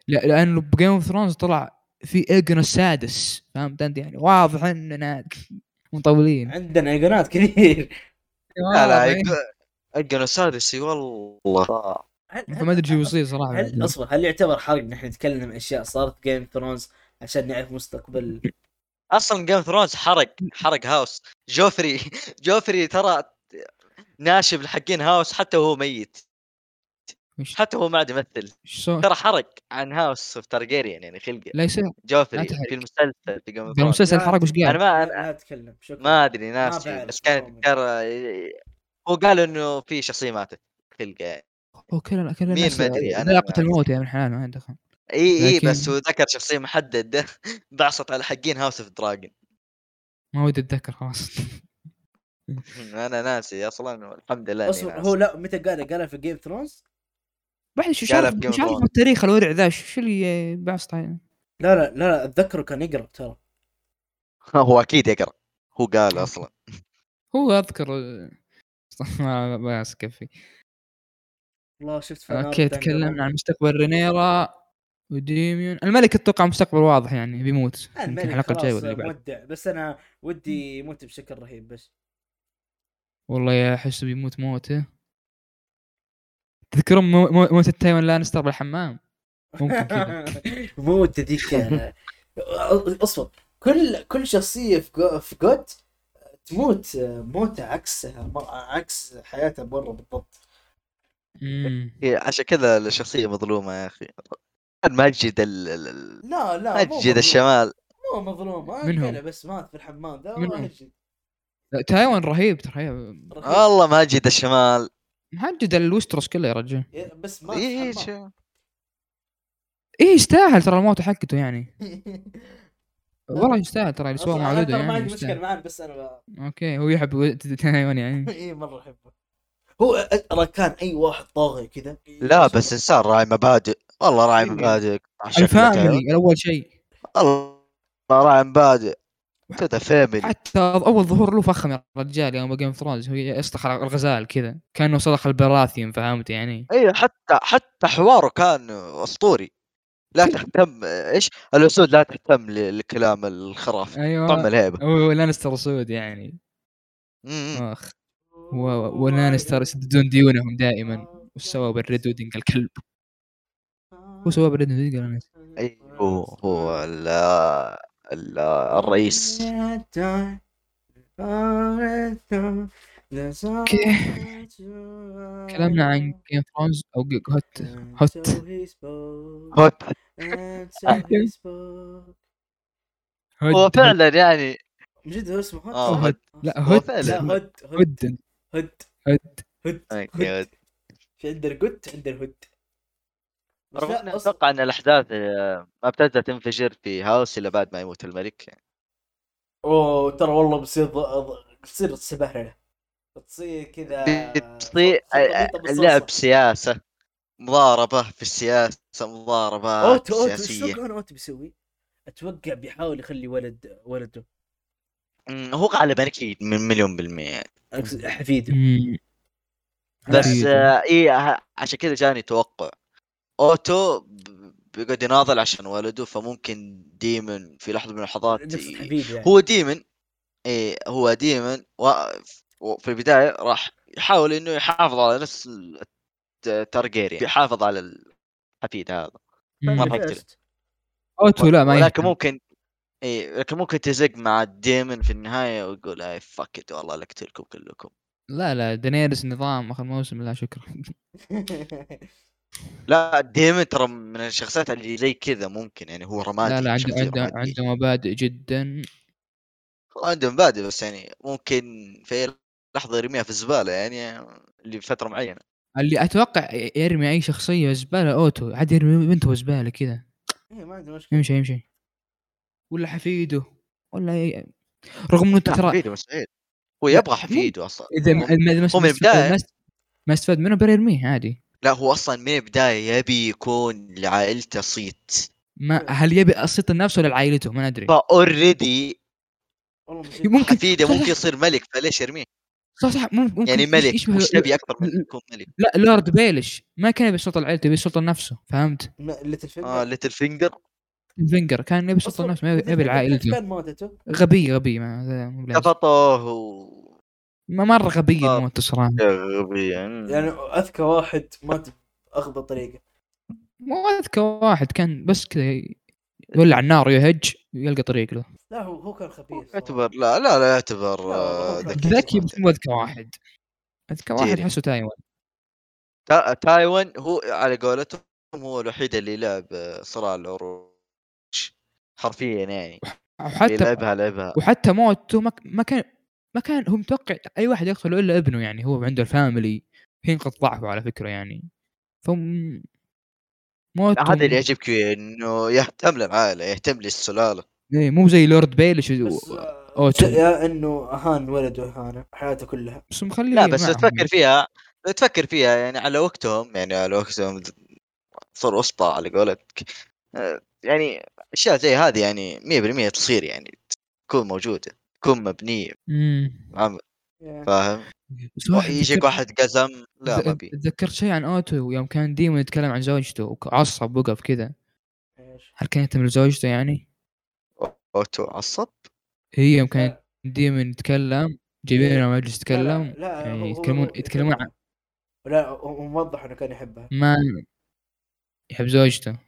D: لا لانه بجيم اوف ثرونز طلع في ايجن السادس فهمت انت يعني واضح اننا مطولين إيه؟
B: عندنا ايقونات كثير
C: لا لا
D: يعني واضح.
C: إيجون- ايجون السادس إي والله
B: هل-
D: فما ادري شو يعني.
B: هل-
D: يصير صراحه
B: هل اصبر هل يعتبر حرق نحن نتكلم اشياء صارت في جيم ثرونز عشان نعرف مستقبل
C: اصلا جيم ثرونز حرق حرق هاوس جوفري جوفري ترى ناشب لحقين هاوس حتى وهو ميت
D: وش-
C: حتى وهو ما عاد يمثل
D: إيش صار؟
C: ترى حرق عن هاوس اوف تارجيريان يعني خلقه
D: ليس
C: جوفري
D: تحرق.
C: في المسلسل في جيم ثرونز
D: المسلسل
B: لا
D: حرق وش
C: انا
D: قال؟
C: ما أنا
B: لا اتكلم شكرا
C: ما ادري
B: ما
C: ناس
B: بعرف
C: بس كان
B: والله.
C: كان هو قال انه في شخصيه ماتت خلقه يعني.
D: هو كل كل
C: مين
D: الناس
C: ما أدري، أنا
D: ذائقة
C: ما-
D: الموت يا من حلال ما عندك
C: اي اي
D: لكن-
C: بس هو ذكر شخصيه محدده بعصت على حقين هاوس اوف دراجون
D: ما ودي اتذكر خلاص
C: انا ناسي اصلا الحمد لله إني
B: اصبر
C: ناسي.
B: هو لا متى قالها قالها في جيم ثرونز
D: بعد شو
C: قالها
D: شاف
C: في Game of
D: مش عارف
C: Thrones.
D: التاريخ الورع ذا شو شو اللي يعني؟ بعصت عليه؟
B: لا لا لا, لا اتذكره كان يقرا ترى
C: هو اكيد يقرا هو قال اصلا
D: هو اذكر ما بس كفي
B: والله شفت في
D: اوكي تكلمنا عن مستقبل رينيرا وديميون الملك اتوقع مستقبل واضح يعني بيموت يمكن
B: الحلقه
D: الحلقه الجايه ولا اللي
B: الجايه
D: بعد
B: مودع بس انا ودي يموت بشكل رهيب بس
D: والله يا احس بيموت موته تذكرون مو- مو- موت التايوان لانستر بالحمام ممكن كذا
B: موت ذيك اصبر يعني، كل كل شخصيه في جو- في جود تموت موت عكسها مر- عكس حياتها مره بالضبط
D: أمم.
C: هي عشان كذا الشخصيه مظلومه يا اخي المسجد ال- ال- ال-
B: لا لا مو
C: مسجد
B: مظلوم.
C: الشمال
B: مو مظلوم أنا
D: من هو؟
B: قلع بس مات في الحمام ذا
D: من هو؟
B: واجد.
D: لا، تايوان رهيب ترى هي-
B: رهيب.
C: والله مسجد الشمال
D: محجد الوستروس كله يا رجال
B: يا- بس مات في
C: اي
B: الحمام
D: ايه يستاهل ترى الموت حقته يعني والله يستاهل ترى اللي سواه
B: أصلاً
D: مع
B: أنا
D: ولده
B: ترى ما
D: يعني
B: عندي مشكله
D: يستاهل.
B: معاه بس انا ب-
D: اوكي هو يحب ولد تايوان يعني
B: اي مره احبه هو ترى كان اي واحد طاغي كذا
C: لا بس انسان راعي مبادئ والله راعي
B: إيه.
C: مبادئ
D: الفاميلي اول شيء
C: والله راعي مبادئ كذا فاميلي
D: حتى اول ظهور له فخم يا رجال يوم جيم اوف ثرونز هو يصطخ على الغزال كذا كانه صدق البراثيوم فهمت يعني
C: اي إيه، حتى حتى حواره كان اسطوري لا تهتم ايش الاسود لا تهتم ل- لكلام الخرافه طعم
D: ايوه
C: الهيبه
D: هو لانستر سود يعني
C: مم.
D: اخ و- ولانستر يسددون ديونهم دائما وش سوى بالريد ويدنج الكلب هو سوى بالريد ويدنج لانستر.
C: اي هو أيوه، هو ال- ال- الرئيس
D: اوكي كلامنا عن جيم ثرونز او ج- هوت هوت.
B: هوت
C: هوت آه. هو فعلا يعني
B: من جد هو اسمه هوت
C: آه،
D: هوت. لا، هوت.
B: لا
C: لا،
B: هوت هوت
D: هد
B: هوت
D: هد
B: هوت
C: أوكي،
B: هوت في عندنا جوت عندنا هوت بس
C: رغم إني
B: لا أص-
C: اتوقع ان الاحداث آه، ما بتبدا تنفجر في هاوس الا بعد ما يموت الملك
B: آه،
C: يعني.
B: اوه ترى والله بصير ض- ض- بتصير سبهلله بتصير كذا
C: بتصير
B: خلطة
C: آه،
B: بسيطة
C: اللعب
B: بالصلصة.
C: سياسه مضاربه في السياسه
B: اوت
C: مضاربات
B: اوت ايش
C: سياسيه
B: كان اوت بيسوي؟
A: اتوقع بيحاول يخلي ولد ولده
C: أمم، هو غالبا اكيد من مليون بالميه يعني.
A: أقصد حفيده
D: مم.
C: بس
D: أكيد.
C: آه اي ه- عشان كذا جاني توقع اوتو ب- بيقعد يناضل عشان ولده فممكن ديمن في لحظه من اللحظات
A: نفس
C: ي-
A: حفيده يعني
C: هو ديمن ايه هو ديمن و... في البدايه راح يحاول انه يحافظ على نفس التارجيريان يعني، يحافظ على الحفيد هذا
D: مم.
C: ما راح يقتله.
A: فيرست.
D: اوتو لا ما
C: ولكن
D: يهتم.
C: ممكن اي لكن ممكن تزق مع ديمن في النهايه ويقول اي فاك والله لقتلكم كلكم
D: لا لا دنيرس نظام اخر موسم لا شكرا
C: لا ديمن ترى من الشخصيات اللي زي كذا ممكن يعني هو رمادي
D: لا لا عنده
C: شخصية
D: عنده
C: رمادية.
D: عنده مبادئ جدا
C: هو عنده مبادئ بس يعني ممكن في أي لحظه يرميها في الزباله يعني لفتره معينه
D: اللي اتوقع يرمي اي شخصيه زباله اوتو عاد يرمي بنته زباله كذا
A: إيه، ما عندي مشكله
D: يمشي يمشي ولا حفيده ولا أي... رغم انه
C: لا،
D: ترى
C: حفيده مستحيل هو
D: لا،
C: يبغى
D: مو-
C: حفيده اصلا
D: اذا ما- ما- ما-
C: هو من
D: ما-
C: البداية-
D: ما- ما استفاد منه بيرميه عادي
C: لا هو اصلا من البدايه يبي يكون لعائلته صيت
D: ما هل يبي اصيط النفس ولا لعائلته ما ندري
C: فاوريدي
A: والله مصيبة.
D: ممكن
C: حفيده
D: صح،
C: ممكن يصير ملك فليش يرميه
D: صح صح مم- ممكن
C: يعني
D: يش-
C: ملك
D: يشبه-
C: مش نبي اكثر من
D: ل-
C: يكون ملك
D: لا لورد بيلش ما كان يبي يسلطن عائلته يبي يسلطن نفسه فهمت؟
A: ما- ليتل فينجر
C: اه ليتل فينجر
D: فينجر كان يبي
A: أصلاً
D: يسلطن نفسه ما يبي- ما
A: ليتل
D: يبي
A: فينجر
D: عائلته
A: كان موتته
D: غبي غبي ما هذا مو بلازم.
C: كفطوه و
D: ما مره غبي
C: آه.
D: الموت صراحه
C: غبي
A: يعني اذكى واحد مات باغبى طريقه
D: مو اذكى واحد كان بس كذا يولع النار يهج يلقى طريق له
A: لا هو هو كان خبيث
C: يعتبر لا لا لا يعتبر
A: لا،
C: آه،
A: هو
C: ذكي
D: ذكي
C: مرة.
D: بس مو اذكى واحد اذكى واحد
C: تيري.
D: حسه تايوان
C: تا- تايوان هو على قولتهم هو الوحيد اللي لعب آه، صراع العروش حرفيا يعني اللي
D: وحتى
C: لعبها لعبها
D: وحتى موته ما, ما كان ما كان هو متوقع اي واحد يقتله الا ابنه يعني هو عنده الفاميلي في نقط ضعفه على فكره يعني ف موته
C: هذا اللي يعجبك انه يهتم للعائله يهتم للسلاله
D: إيه، مو زي لورد بيلش
A: بس
D: و-
A: آه،
D: أوتو.
A: يا انه اهان ولده اهانه حياته كلها
D: بس مخليه
C: لا بس لو
D: معهم. يعني.
C: تفكر فيها لو تفكر فيها يعني على وقتهم يعني على وقتهم صار وسطى على قولتك آه، يعني اشياء زي هذه يعني 100% تصير يعني تكون موجوده تكون مبنيه
D: أمم.
C: عم-
A: يا.
C: فاهم
D: بس واحد
C: يجيك
D: تذكرت-
C: واحد قزم لا ما
D: تذ-
C: بي
D: تذكرت شيء عن اوتو يوم كان ديمون يتكلم عن زوجته وعصب وقف كذا
A: إيش.
D: هل كان يهتم لزوجته يعني؟
C: اوتو عصب
D: هي يوم كان ديمون يتكلم
C: إيه.
D: جايبينه مجلس
A: لا، لا،
D: يتكلم
A: لا
D: يعني
A: هو- هو-
D: يتكلمون-
A: هو
D: يتكلمون عن-
A: لا هو هو موضح انه كان يحبها
D: ما يحب زوجته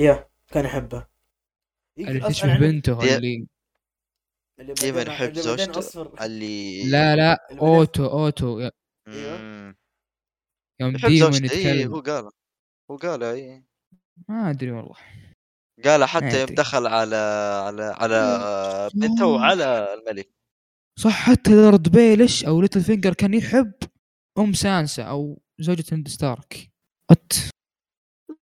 C: إيه،
A: يا كان يحبها يمكن أصلاً
D: اللي
C: يعني
D: تشبه
A: عن-
D: بنته
C: يا-
D: اللي
A: اللي
C: ديما
A: بعدين-
C: يحب
A: اللي بعدين
C: زوجته.
A: أصفر.
C: اللي
D: لا لا
A: اللي بعدين-
D: اوتو اوتو يا-
A: أيوة.
C: مم.
D: يوم
C: إيه، يحب
D: ديمون
C: زوجته اي هو
D: يتكلم
C: قال هو قال اي
D: ما ادري والله
C: قال حتى يوم
D: أدري.
C: دخل على على على آه، بنته وعلى الملك
D: صح حتى لورد بيلش او ليتل فينجر كان يحب ام سانسا او زوجة هند ستارك أت.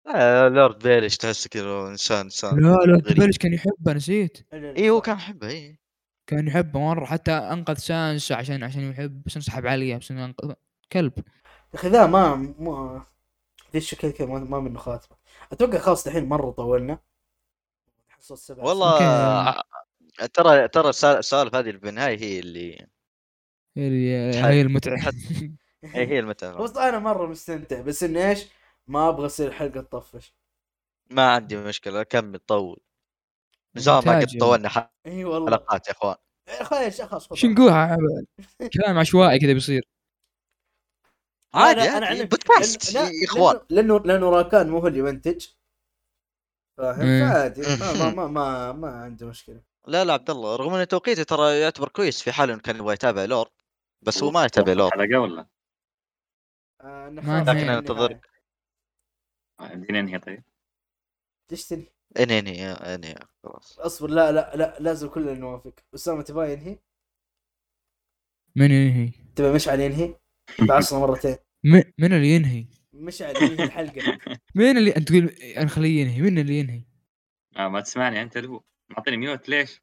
C: لا لورد بيلش تحس كذا انسان انسان
D: لا لورد
C: آه، غريب.
D: بيلش كان يحبه نسيت
A: اللي- اللي
C: اي إيه، هو
A: صار.
C: إيوه، كان يحبها اي
D: كان يحبه مره حتى انقذ سانسا عشان عشان يحب بس انسحب عليه بس إنه أنقذ كلب
A: يا اخي ذا ما ما ذي الشكل كذا ما- ما منه خاتمه اتوقع خلاص الحين مره طولنا حصل سبع
C: والله
D: أوكي.
C: ع- ترى ترى السا- السالفه هذه اللي بالنهايه هي اللي
D: هي-
C: تحب.
D: هي المتعه
C: هي
A: سنين.
C: هي المتعه
A: بس انا مره مستمتع بس انه ايش ما ابغى اصير الحلقه تطفش
C: ما عندي مشكله كمل طول من زمان ما قد
D: مونتاج.
C: طولنا
A: اي والله
C: حلقات يا اخوان
A: إيه، خلاص خلاص خذها.
D: شو نقول ع- كلام عشوائي كذا بيصير
C: عادي
A: أنا- أنا
C: عادي إيه،
A: أعلم.
C: بودكاست
A: لأن- لا،
C: يا اخوان
A: لانه لانه لأنه راكان مو هو اللي ينتج فاهم
D: مم.
A: فعادي ما ما ما ما, ما عنده مشكله
C: لا لا عبد الله رغم ان توقيته ترى يعتبر كويس في حال انه كان يبغى يتابع لور بس هو ما يتابع لور
E: حلقه ولا
A: آه
D: ما
A: نحاول
D: لكن
A: في
D: أنا
A: النهاية.
C: أنتظرك.
E: عندنا ننهي طيب
A: ليش تنهي؟
C: انهي انهي انهي خلاص
A: اصبر لا لا لا لازم كلنا نوافق اسامه تبغى ينهي؟
D: من ينهي
A: تبغى مشعل ينهي؟ بعصنا مرتين
D: من, من اللي ينهي
A: مشعل ينهي الحلقه
D: من اللي انت تقول انا خليه ينهي من اللي ينهي
E: آه ما تسمعني انت لهو معطيني ميوت ليش؟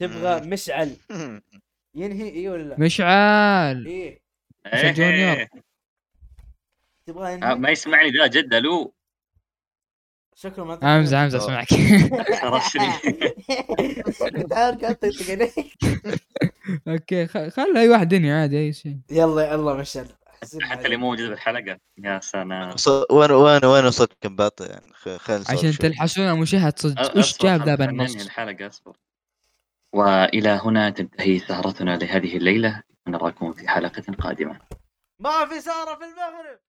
A: تبغى مشعل
C: مم.
A: نعم. ينهي اي ولا لا؟
D: مشعل
A: ايه
D: عشان
E: إيه.
D: جونيور.
A: تبغى
E: آه
A: ينهي؟
E: ما يسمعني ذا جد الو
A: شكله ما
D: امزح امزح اسمعك
E: رشري.
A: تعال قاعد تطقطق عليك.
D: اوكي خ- خلي اي واحد دنيا عادي اي شيء
A: يلا يلا مشل
E: حتى اللي مو موجود بالحلقه يا سلام
C: وص- وين وين وين وصلت كم باطي يعني خ- خلينا نسولف
D: عشان
C: شوي.
D: تلحسون ابو شهد صدق
E: أ-
D: وش
E: أصبر،
D: جاب ذا
E: خلنا ننهي
D: بالنص؟
E: الحلقه اصبر والى هنا تنتهي سهرتنا لهذه الليله نراكم في حلقه قادمه
A: ما في سارة في المغرب